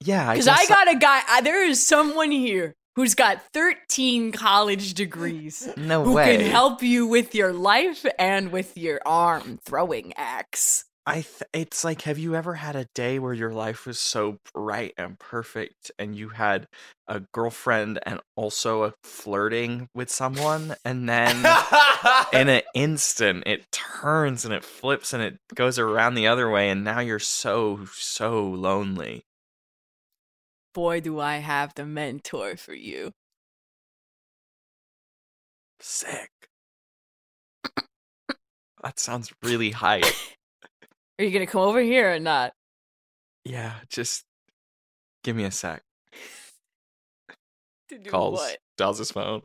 Speaker 5: yeah,
Speaker 3: Because
Speaker 5: guess
Speaker 3: I got a guy. I, there is someone here who's got 13 college degrees
Speaker 5: no
Speaker 3: who
Speaker 5: way.
Speaker 3: can help you with your life and with your arm throwing axe.
Speaker 5: I th- it's like have you ever had a day where your life was so bright and perfect and you had a girlfriend and also a flirting with someone and then in an instant it turns and it flips and it goes around the other way and now you're so so lonely.
Speaker 10: Boy, do I have the mentor for you.
Speaker 5: Sick. that sounds really hype.
Speaker 10: Are you gonna come over here or not?
Speaker 5: Yeah, just give me a sec.
Speaker 10: To do
Speaker 5: Calls,
Speaker 10: what?
Speaker 5: dials his phone.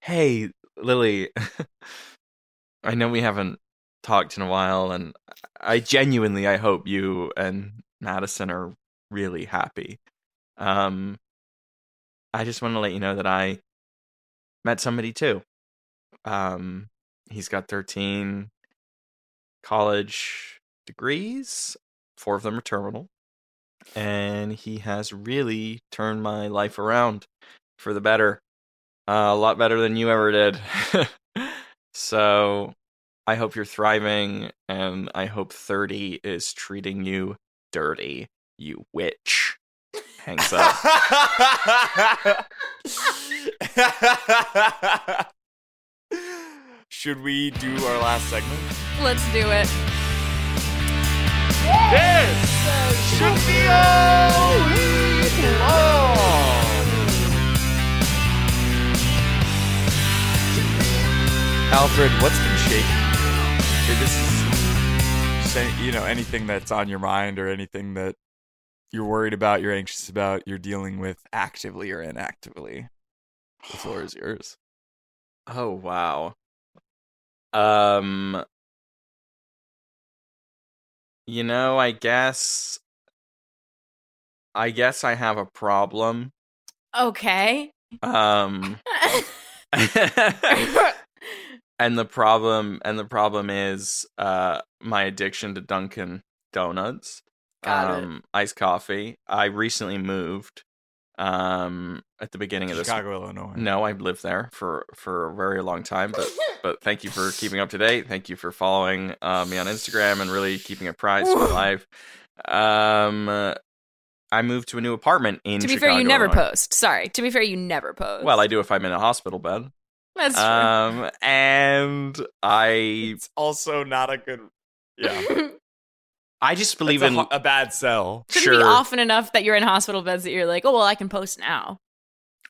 Speaker 5: Hey, Lily. I know we haven't talked in a while, and I genuinely I hope you and Madison are really happy. Um, I just want to let you know that I met somebody too. Um, he's got thirteen college degrees. Four of them are terminal. And he has really turned my life around for the better. Uh, a lot better than you ever did. so I hope you're thriving, and I hope 30 is treating you dirty, you witch. Hangs up.
Speaker 4: Should we do our last segment?
Speaker 3: Let's do it.
Speaker 4: This should be all week long. Alfred, what's been shaking? you? This is, say- you know, anything that's on your mind or anything that you're worried about, you're anxious about, you're dealing with actively or inactively. The floor is yours.
Speaker 5: Oh wow. Um you know, I guess I guess I have a problem.
Speaker 3: Okay.
Speaker 5: Um and the problem and the problem is uh my addiction to Dunkin donuts.
Speaker 3: Got it.
Speaker 5: um iced coffee. I recently moved um at the beginning of this
Speaker 4: Chicago, Illinois.
Speaker 5: No, I've lived there for for a very long time, but but thank you for keeping up to date. Thank you for following uh, me on Instagram and really keeping apprised of my life. Um uh, I moved to a new apartment in
Speaker 3: to be
Speaker 5: Chicago,
Speaker 3: fair, you never
Speaker 5: Illinois.
Speaker 3: post. Sorry. To be fair, you never post.
Speaker 5: Well, I do if I'm in a hospital bed.
Speaker 3: That's true.
Speaker 5: Um, and I. It's
Speaker 4: also not a good.
Speaker 5: Yeah. I just believe
Speaker 4: That's a
Speaker 5: in
Speaker 4: ho- a bad sell.
Speaker 3: Shouldn't be often enough that you're in hospital beds that you're like, oh well, I can post now.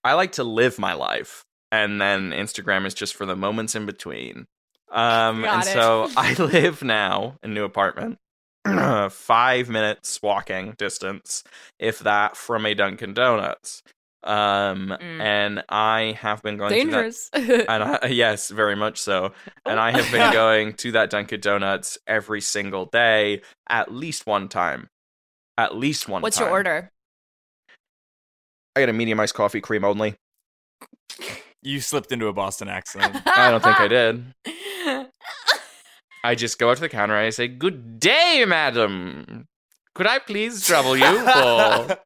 Speaker 5: I like to live my life, and then Instagram is just for the moments in between. Um, and
Speaker 3: Got it.
Speaker 5: so I live now in a new apartment, five minutes walking distance, if that, from a Dunkin' Donuts. Um,
Speaker 3: Mm.
Speaker 5: and I have been going through
Speaker 3: Dangerous.
Speaker 5: that-
Speaker 3: Oh.
Speaker 5: and I, yes, very much so. And I have been going to that Dunkin' Donuts every single day, at least one time. At least one.
Speaker 3: What's
Speaker 5: time.
Speaker 3: your order?
Speaker 5: I got a medium iced coffee, cream only.
Speaker 4: You slipped into a Boston accent.
Speaker 5: I don't think I did. I just go up to the counter and I say, Good day, madam. Could I please trouble you for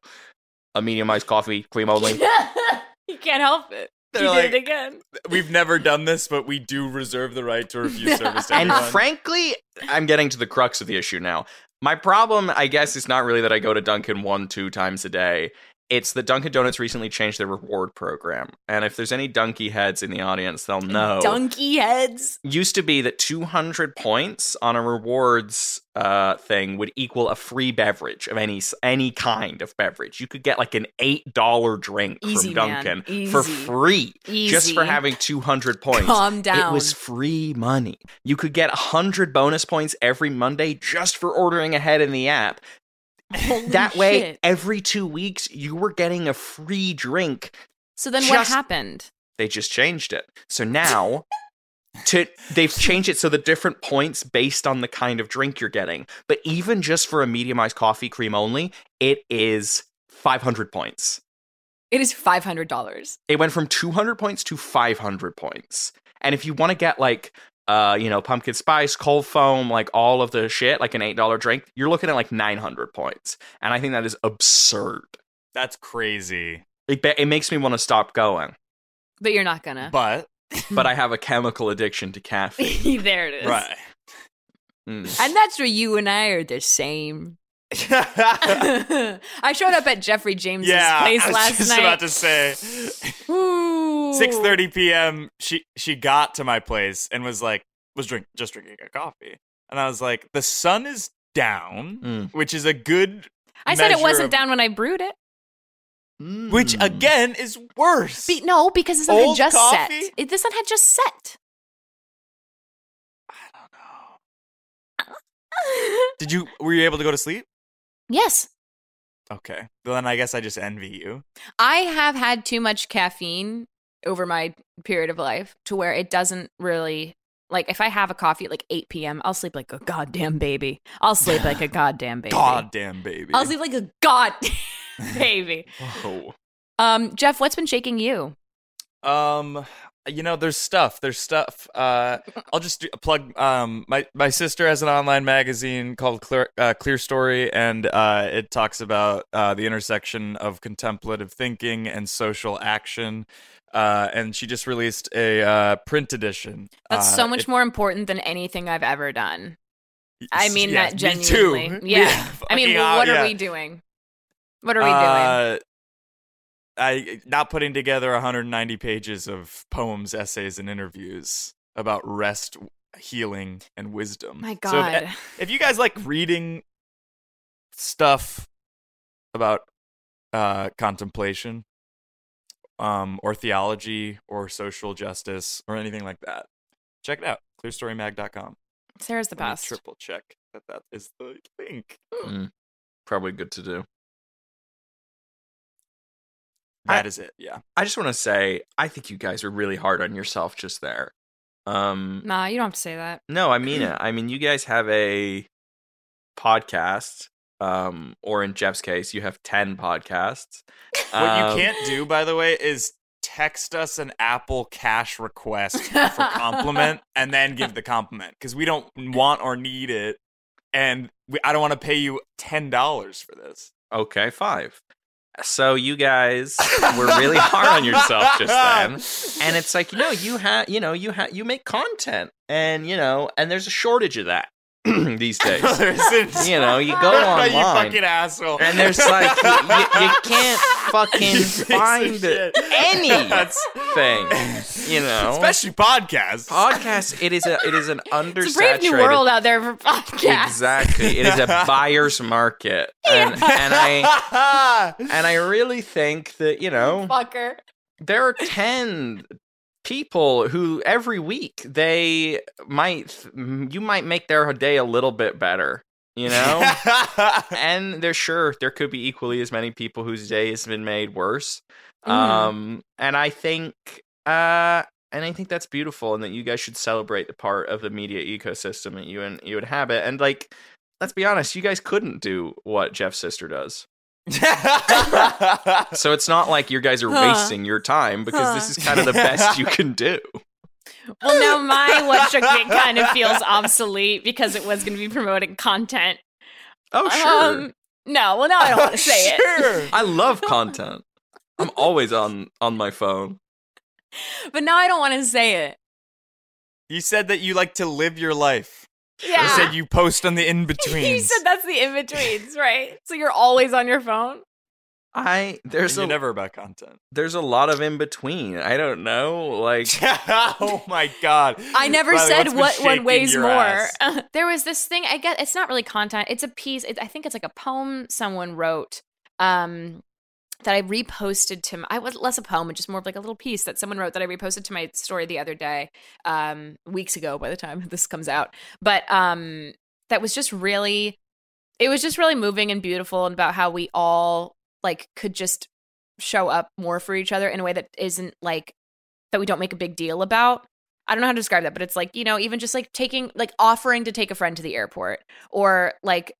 Speaker 5: a medium iced coffee, cream only?
Speaker 3: you can't help it.
Speaker 4: They're
Speaker 3: you
Speaker 4: like-
Speaker 3: did it again.
Speaker 4: We've never done this, but we do reserve the right to refuse service to
Speaker 5: and
Speaker 4: everyone.
Speaker 5: frankly, I'm getting to the crux of the issue now. My problem, I guess, is not really that I go to Dunkin' one, two times a day. It's that Dunkin' Donuts recently changed their reward program. And if there's any donkey heads in the audience, they'll know.
Speaker 3: Donkey heads.
Speaker 5: used to be that 200 points on a rewards uh, thing would equal a free beverage of any s- any kind of beverage. You could get like an eight dollar drink
Speaker 3: Easy,
Speaker 5: from
Speaker 3: man.
Speaker 5: Dunkin'
Speaker 3: Easy.
Speaker 5: for free just for
Speaker 3: Easy.
Speaker 5: having 200 points.
Speaker 3: Calm
Speaker 5: It
Speaker 3: down.
Speaker 5: was free money. You could get 100 bonus points every Monday just for ordering ahead in the app. that way,
Speaker 3: shit.
Speaker 5: every two weeks, you were getting a free drink
Speaker 3: So then what
Speaker 5: Just-
Speaker 3: happened?
Speaker 5: they just changed it. So now to they've changed it so the different points based on the kind of drink you're getting. But even just for a mediumized coffee cream only, it is 500 points.
Speaker 3: It is five hundred dollars.
Speaker 5: It went from 200 points to 500 points. And if you want to get like uh, you know, pumpkin spice, cold foam, like all of the shit, like an $8 drink, you're looking at like 900 points. And I think that is absurd.
Speaker 4: That's crazy.
Speaker 5: It, it makes me want to stop going.
Speaker 3: But you're not gonna.
Speaker 4: But
Speaker 5: But I have a chemical addiction to caffeine.
Speaker 3: there it is.
Speaker 5: Right.
Speaker 4: Hmm.
Speaker 11: And that's where you and I are the same. I showed up at Jeffrey James's
Speaker 4: yeah,
Speaker 11: place
Speaker 4: I was
Speaker 11: last
Speaker 4: just
Speaker 11: night.
Speaker 4: about to say. Six thirty p.m. She she got to my place and was like was drink just drinking a coffee, and I was like, the sun is down, which is a good.
Speaker 3: Mm. I said it
Speaker 4: measure
Speaker 3: wasn't
Speaker 4: of-
Speaker 3: down when I brewed it.
Speaker 4: which again is worse.
Speaker 3: Be- no, because this one had
Speaker 4: Old
Speaker 3: just
Speaker 4: coffee?
Speaker 3: set. It, this one had just set.
Speaker 4: Did you were you able to go to sleep?
Speaker 3: Yes,
Speaker 4: Okay, then I guess I just envy you.
Speaker 3: I have had too much caffeine over my period of life to where it doesn't really like if I have a coffee at like 8 p.m., I'll sleep like a goddamn baby. I'll sleep like a goddamn baby.
Speaker 4: Goddamn baby.
Speaker 3: I'll sleep like a goddamn baby.
Speaker 4: Whoa.
Speaker 3: Um, Jeff, what's been shaking you?
Speaker 4: Um, you know, there's stuff. There's stuff. Uh, I'll just do, plug. Um, my my sister has an online magazine called Clear, uh, Clear Story, and uh, it talks about uh, the intersection of contemplative thinking and social action. Uh, and she just released a uh, print edition.
Speaker 3: That's
Speaker 4: Uh,
Speaker 3: so much
Speaker 4: it-
Speaker 3: more important than anything I've ever done. I mean
Speaker 4: yeah,
Speaker 3: that
Speaker 4: me too.
Speaker 3: genuinely. Yeah.
Speaker 4: Yeah,
Speaker 3: I mean,
Speaker 4: fucking
Speaker 3: well, what
Speaker 4: hell,
Speaker 3: are
Speaker 4: Uh, yeah.
Speaker 3: we doing? What are we doing?
Speaker 4: Uh, I not putting together 190 pages of poems, essays, and interviews about rest, healing, and wisdom.
Speaker 3: My
Speaker 4: So e if-
Speaker 3: God.
Speaker 4: if, you guys like reading stuff about uh, contemplation, um, or theology, or social justice, or anything like that, check it out. ClearStoryMag.com.
Speaker 3: Sarah's the
Speaker 4: Let me
Speaker 3: best.
Speaker 4: Triple check that that is the link.
Speaker 5: Mm. Probably good to do.
Speaker 4: That is it. Yeah.
Speaker 5: I just want to say, I think you guys are really hard on yourself just there. Um,
Speaker 3: Nah, you don't have to say that.
Speaker 5: No, I mean it. I mean, you guys have a podcast, um, or in Jeff's case, you have 10 podcasts.
Speaker 4: What
Speaker 5: Um,
Speaker 4: you can't do, by the way, is text us an Apple Cash request for compliment and then give the compliment because we don't want or need it, and we, I don't want to pay you ten dollars for this.
Speaker 5: Okay, five. So you guys were really hard on yourself just then, and it's like you know you have you know you have you make content, and you know, and there's a shortage of that these days.
Speaker 4: No, there isn't.
Speaker 5: You know, you go
Speaker 4: you
Speaker 5: online,
Speaker 4: fucking asshole.
Speaker 5: and there's like you, you, you can't fucking
Speaker 4: piece of
Speaker 5: find
Speaker 4: shit. That's-
Speaker 5: anything. You know,
Speaker 4: especially podcasts.
Speaker 5: Podcasts. It is a it is an undersaturated
Speaker 3: It's a brave new world out there for podcasts.
Speaker 5: Exactly. It is a buyer's market. And, and I and I really think that, you know,
Speaker 3: Fucker.
Speaker 5: there are 10 people who every week they might you might make their day a little bit better, you know? and there sure there could be equally as many people whose day has been made worse. Um and I think uh and I think that's beautiful and that you guys should celebrate the part of the media ecosystem that you and you inhabit. And like, let's be honest, you guys couldn't do what Jeff's sister does. so it's not like your guys are
Speaker 3: Huh.
Speaker 5: wasting your time because this
Speaker 3: Huh.
Speaker 5: is kind of the best you can do.
Speaker 3: Well, now my what shook me kind of feels obsolete because it was going to be promoting content. Um,
Speaker 5: Oh, sure. Oh,
Speaker 3: no, well, now I don't want to say it.
Speaker 5: I love content. I'm always on on my phone.
Speaker 3: But now I don't want to say it.
Speaker 4: You said that you like to live your life.
Speaker 3: Yeah.
Speaker 4: You said you post on the in
Speaker 3: You
Speaker 4: betweens.
Speaker 3: said that's the in betweens, right? So you're always on your phone?
Speaker 5: I there's
Speaker 4: you're
Speaker 5: a
Speaker 4: never about content.
Speaker 5: there's a lot of in between. I don't know, like
Speaker 4: oh my god!
Speaker 3: I never
Speaker 5: Riley,
Speaker 3: said
Speaker 5: what's
Speaker 3: what
Speaker 5: been
Speaker 3: one
Speaker 5: shaking
Speaker 3: weighs
Speaker 5: your
Speaker 3: more. Uh,
Speaker 5: ass?
Speaker 3: there was this thing. I guess it's not really content. It's a piece. It, I think it's like a poem someone wrote um, that I reposted to. My, I was less a poem, and just more of like a little piece that someone wrote that I reposted to my story the other day, um, weeks ago. By the time this comes out, but um, that was just really. It was just really moving and beautiful, and about how we all like could just show up more for each other in a way that isn't like that we don't make a big deal about. I don't know how to describe that, but it's like, you know, even just like taking like offering to take a friend to the airport or like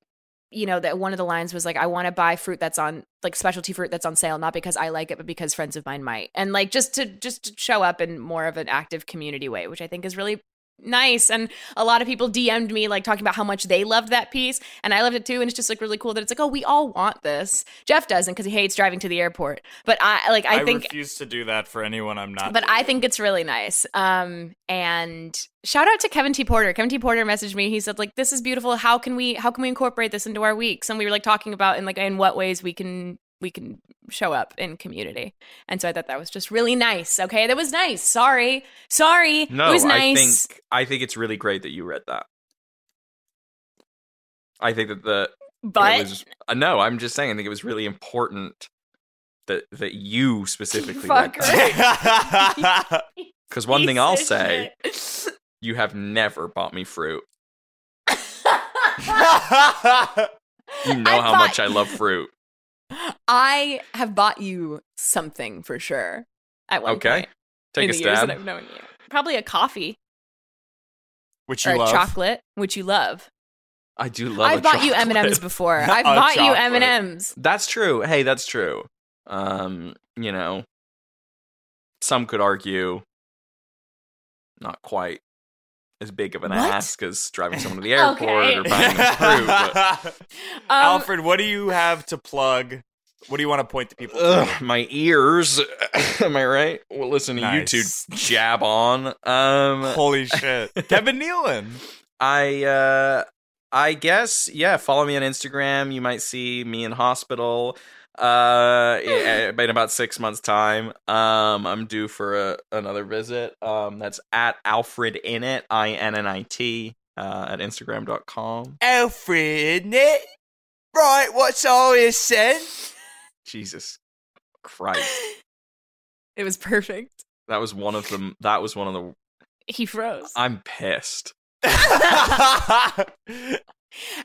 Speaker 3: you know that one of the lines was like I want to buy fruit that's on like specialty fruit that's on sale not because I like it but because friends of mine might. And like just to just to show up in more of an active community way, which I think is really nice. And a lot of people DM'd me like talking about how much they loved that piece, and I loved it too. And it's just like really cool that it's like, oh, we all want this. Jeff doesn't because he hates driving to the airport, but I like I,
Speaker 4: I
Speaker 3: think.
Speaker 4: refuse to do that for anyone I'm
Speaker 5: Ah.
Speaker 4: not.
Speaker 3: But I think it's really nice. Um, and shout out to Kevin T. Porter. Kevin T. Porter messaged me. He said like, "This is beautiful. How can we how can we incorporate this into our weeks?" And we were like talking about in like in what ways we can we can show up in community. And so I thought that was just really nice. Okay, that was nice. Sorry, sorry.
Speaker 5: No,
Speaker 3: it was
Speaker 5: I
Speaker 3: nice.
Speaker 5: think I think it's really great that you read that. I think that the
Speaker 3: But-
Speaker 5: it was, uh, no, I'm just saying I think it was really important that that you specifically read
Speaker 3: Fuck
Speaker 5: that. Because one thing I'll
Speaker 3: Piece of
Speaker 5: say, you have never bought me fruit. You know how
Speaker 3: bought-
Speaker 5: much I love fruit.
Speaker 3: I have bought you something for sure. At one
Speaker 5: Okay,
Speaker 3: point
Speaker 5: take
Speaker 3: in
Speaker 5: a
Speaker 3: the years
Speaker 5: stab.
Speaker 3: that I've known you, probably a coffee
Speaker 5: Which
Speaker 3: or a chocolate, which you love.
Speaker 5: I do love.
Speaker 3: I've
Speaker 5: a
Speaker 3: bought you
Speaker 5: chocolate.
Speaker 3: M&Ms before.
Speaker 5: A
Speaker 4: Oh,
Speaker 3: I've bought you
Speaker 5: chocolate.
Speaker 3: M&Ms.
Speaker 5: That's true. Hey, that's true. Um, you know, some could argue not quite as big of an
Speaker 4: What?
Speaker 5: ask as driving someone to the airport
Speaker 4: Okay.
Speaker 5: or buying them fruit. But
Speaker 3: Um,
Speaker 4: Alfred, what do you have to plug? What do you want to point to people? to?
Speaker 5: Ugh, my ears. Am I right? Well, listen to
Speaker 4: Nice.
Speaker 5: you two jab on. Um,
Speaker 4: Holy shit, Kevin Nealon.
Speaker 5: I uh I guess yeah, follow me on Instagram. You might see me in hospital uh in in about 6 months time. Um I'm due for a, another visit. Um that's at Alfred in it, I N N I T uh at instagram.com.
Speaker 12: Alfred, isn't it? Right, what's all this said?
Speaker 5: Jesus Christ.
Speaker 3: It was perfect.
Speaker 5: That was one of them that was one of the
Speaker 3: He froze.
Speaker 4: Uh,
Speaker 5: I'm pissed.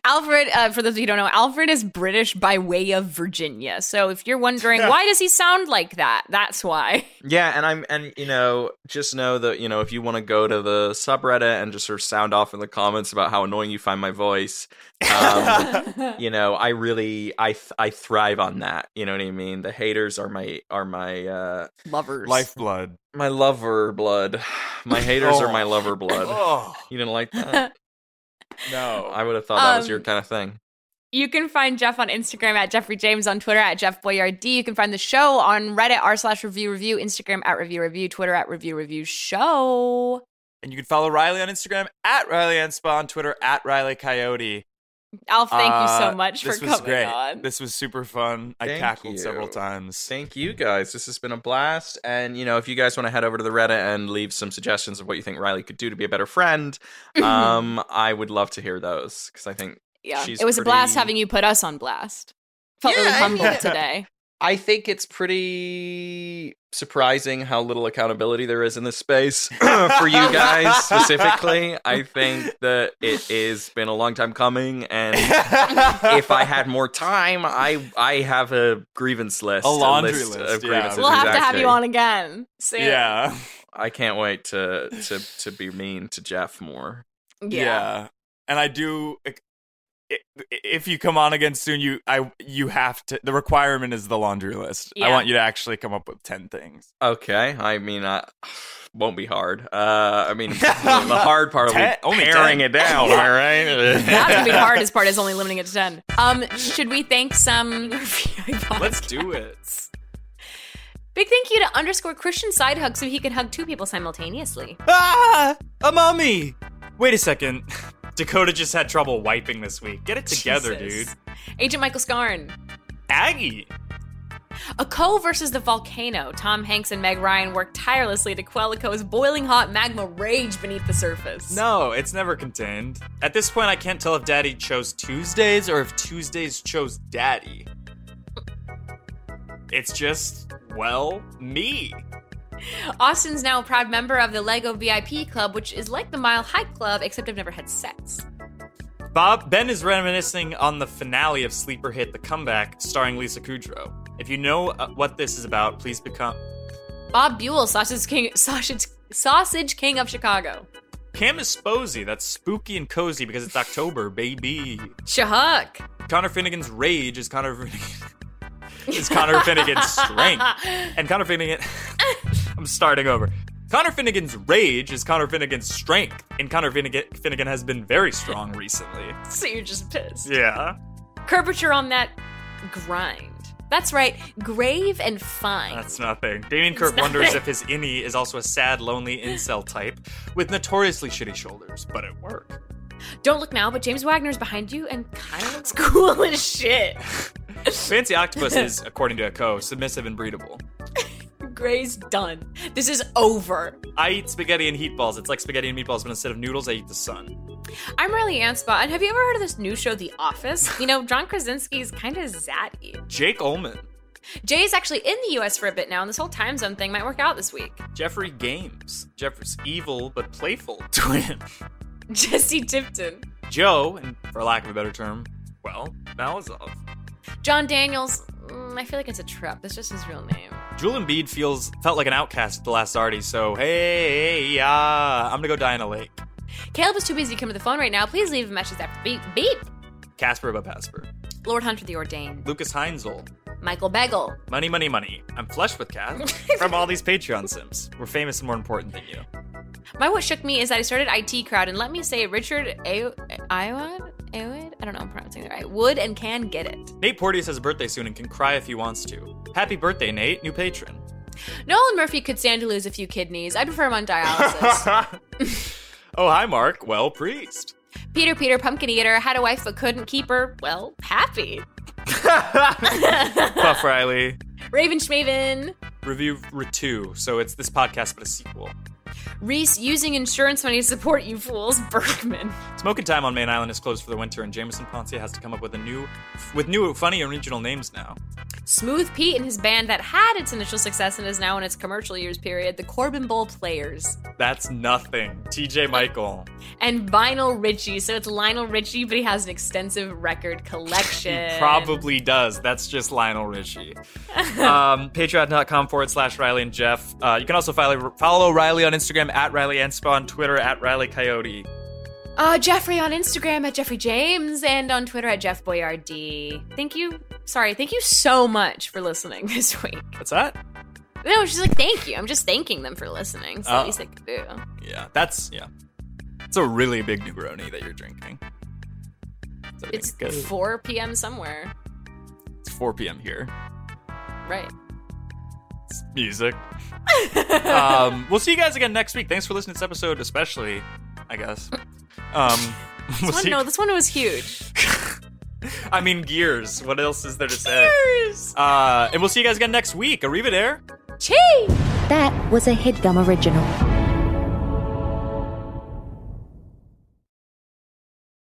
Speaker 3: Alfred, uh, for those of you who don't know, Alfred is British by way of Virginia. So if you're wondering why does he sound like that, that's why.
Speaker 5: Yeah, and I'm and you know, just know that, you know, if you want to go to the subreddit and just sort of sound off in the comments about how annoying you find my voice, um, you know, I really I th- I thrive on that. You know what I mean? The haters are my are my uh
Speaker 3: lovers.
Speaker 4: Lifeblood.
Speaker 5: My lover blood. My haters are my
Speaker 4: Oh.
Speaker 5: lover blood.
Speaker 4: Oh.
Speaker 5: You didn't like that?
Speaker 4: no.
Speaker 5: I would have thought that was
Speaker 3: Um,
Speaker 5: your kind of thing.
Speaker 3: You can find Jeff on Instagram at Jeffrey James, on Twitter at Jeff Boyard D. You can find the show on Reddit r slash review review, Instagram at review review, Twitter at review review show.
Speaker 4: And you can follow Riley on Instagram at Riley Anspa on Twitter at Riley Coyote.
Speaker 3: Alf, thank you
Speaker 4: Uh,
Speaker 3: so much for
Speaker 4: this
Speaker 3: coming
Speaker 4: was great.
Speaker 3: on.
Speaker 4: This was super fun. I
Speaker 5: Thank
Speaker 4: cackled several
Speaker 5: you.
Speaker 4: times.
Speaker 5: Thank you guys. This has been a blast. And you know, if you guys want to head over to the Reddit and leave some suggestions of what you think Riley could do to be a better friend, um, I would love to hear those because I think
Speaker 3: Yeah,
Speaker 5: she's
Speaker 3: it was
Speaker 5: pretty-
Speaker 3: a blast having you put us on blast. Felt really
Speaker 5: I
Speaker 3: humbled
Speaker 5: mean-
Speaker 3: today.
Speaker 5: I think it's pretty surprising how little accountability there is in this space for you guys specifically. I think that it has been a long time coming, and if I had more time, I I have a grievance list,
Speaker 4: A laundry
Speaker 5: list,
Speaker 4: list,
Speaker 5: of
Speaker 4: yeah.
Speaker 5: grievances.
Speaker 3: We'll have to have
Speaker 5: exactly.
Speaker 3: you on again soon.
Speaker 5: I can't wait to to to be mean to Jeff more.
Speaker 4: Yeah. And I do i- i- if you come on again soon, you I you have to the requirement is the laundry list. I
Speaker 5: Yeah.
Speaker 4: want you to actually come up with 10 things.
Speaker 5: Okay, I mean, I won't be hard. Uh, I mean, the hard part will be
Speaker 4: Ten- only
Speaker 5: paring
Speaker 4: ten.
Speaker 5: it down. All right,
Speaker 3: That's gonna be the hardest part is only limiting it to ten. Um, should we thank some
Speaker 5: Let's do it.
Speaker 3: big thank you to underscore Christian Sidehug so he can hug two people simultaneously.
Speaker 4: Ah, a mummy. Wait a second. Dakota just had trouble wiping this week. Get it together,
Speaker 3: Jesus.
Speaker 4: dude.
Speaker 3: Agent Michael Scarn.
Speaker 4: Aggie.
Speaker 3: A Co versus the Volcano. Tom Hanks and Meg Ryan work tirelessly to quell a Co's boiling hot magma rage beneath the surface.
Speaker 4: No, it's never contained. At this point, I can't tell if Daddy chose Tuesdays or if Tuesdays chose Daddy. It's just, well, me.
Speaker 3: Austin's now a proud member of the Lego VIP Club, which is like the Mile High Club, except I've never had sex.
Speaker 4: Bob Ben is reminiscing on the finale of Sleeper Hit: The Comeback, starring Lisa Kudrow. If you know uh, what this is about, please become.
Speaker 3: Bob Buell, sausage king, sausage, sausage king of Chicago.
Speaker 4: Cam is Sposy. That's spooky and cozy because it's October, baby.
Speaker 3: Shahuck.
Speaker 4: Connor Finnegan's rage is Connor Finnegan. is Connor Finnegan's strength, and Connor Finnegan. I'm starting over. Connor Finnegan's rage is Connor Finnegan's strength, and Connor Finnegan, Finnegan has been very strong recently.
Speaker 3: So you're just pissed.
Speaker 4: Yeah.
Speaker 3: Curvature on that grind. That's right. Grave and fine.
Speaker 4: That's nothing. Damien Kirk
Speaker 3: nothing.
Speaker 4: wonders if his innie is also a sad, lonely incel type with notoriously shitty shoulders, but at work.
Speaker 3: Don't look now, but James Wagner's behind you and kind of looks cool as shit.
Speaker 4: Fancy Octopus is, according to Echo, submissive and breedable.
Speaker 3: Gray's done. This is over.
Speaker 4: I eat spaghetti and heat balls. It's like spaghetti and meatballs, but instead of noodles, I eat the sun.
Speaker 3: I'm Riley Anspaugh, and have you ever heard of this new show, The Office? You know, John Krasinski's kind of zatty.
Speaker 4: Jake Ullman.
Speaker 3: Jay's actually in the US for a bit now, and this whole time zone thing might work out this week.
Speaker 4: Jeffrey Games. Jeffrey's evil but playful twin.
Speaker 3: Jesse Tipton.
Speaker 4: Joe, and for lack of a better term, well, Malazov.
Speaker 3: John Daniels. Mm, I feel like it's a trip. That's just his real name.
Speaker 4: Jewel Embiid feels felt like an outcast at the last Artie, so hey, yeah, I'm gonna go die in a lake.
Speaker 3: Caleb is too busy to come to the phone right now. Please leave a message after the beep. Beep.
Speaker 4: Casper about Casper.
Speaker 3: Lord Hunter the Ordained.
Speaker 4: Lucas Heinzel.
Speaker 3: Michael Begel.
Speaker 4: Money, money, money. I'm flush with cash from all these Patreon sims. We're famous and more important than you.
Speaker 3: My what shook me is that I started IT crowd, and let me say Richard A- Iwan? Iwan? I don't know. I'm pronouncing it right. Would and can get it.
Speaker 4: Nate Porteous has a birthday soon and can cry if he wants to. Happy birthday, Nate, new patron.
Speaker 3: Nolan Murphy could stand to lose a few kidneys. I prefer him on dialysis.
Speaker 4: Oh, hi, Mark. Well, priest.
Speaker 3: Peter, Peter, pumpkin eater, had a wife but couldn't keep her. Well, happy.
Speaker 4: Buff Riley.
Speaker 3: Raven Schmaven.
Speaker 4: Review Ritu. So it's this podcast, but a sequel.
Speaker 3: Reese using insurance money to support you fools. Bergman.
Speaker 4: Smoking Time on Main Island is closed for the winter, and Jameson Poncia has to come up with a new, with new funny original names now.
Speaker 3: Smooth Pete and his band that had its initial success and is now in its commercial years period, the Corbin Bowl Players.
Speaker 4: That's nothing. T.J. Michael.
Speaker 3: And Vinyl Richie. So it's Lionel Richie, but he has an extensive record collection.
Speaker 4: Probably does. That's just Lionel Richie. um, Patreon.com forward slash Riley and Jeff. Uh, you can also follow, follow Riley on Instagram at Riley Anspaugh, on Twitter at Riley Coyote.
Speaker 3: Uh, Jeffrey on Instagram at Jeffrey James and on Twitter at Jeff Boyard D. Thank you. Sorry, thank you so much for listening this week.
Speaker 4: What's that?
Speaker 3: No, she's like, thank you. I'm just thanking them for listening. So
Speaker 4: Oh.
Speaker 3: at least they could do.
Speaker 4: Yeah, that's yeah. It's a really big Negroni that you're drinking. Is that
Speaker 3: It's
Speaker 4: good?
Speaker 3: 4 p.m. somewhere.
Speaker 4: It's 4 p.m. here.
Speaker 3: Right.
Speaker 4: It's music. um, we'll see you guys again next week. Thanks for listening to this episode, especially, I guess. Um,
Speaker 3: This
Speaker 4: we'll
Speaker 3: one,
Speaker 4: see-
Speaker 3: no, this one was huge.
Speaker 4: I mean, Gears. What else is there to say? Gears! Uh, and we'll see you guys again next week. Arrivederci.
Speaker 3: Chee!
Speaker 13: That was a headgum original.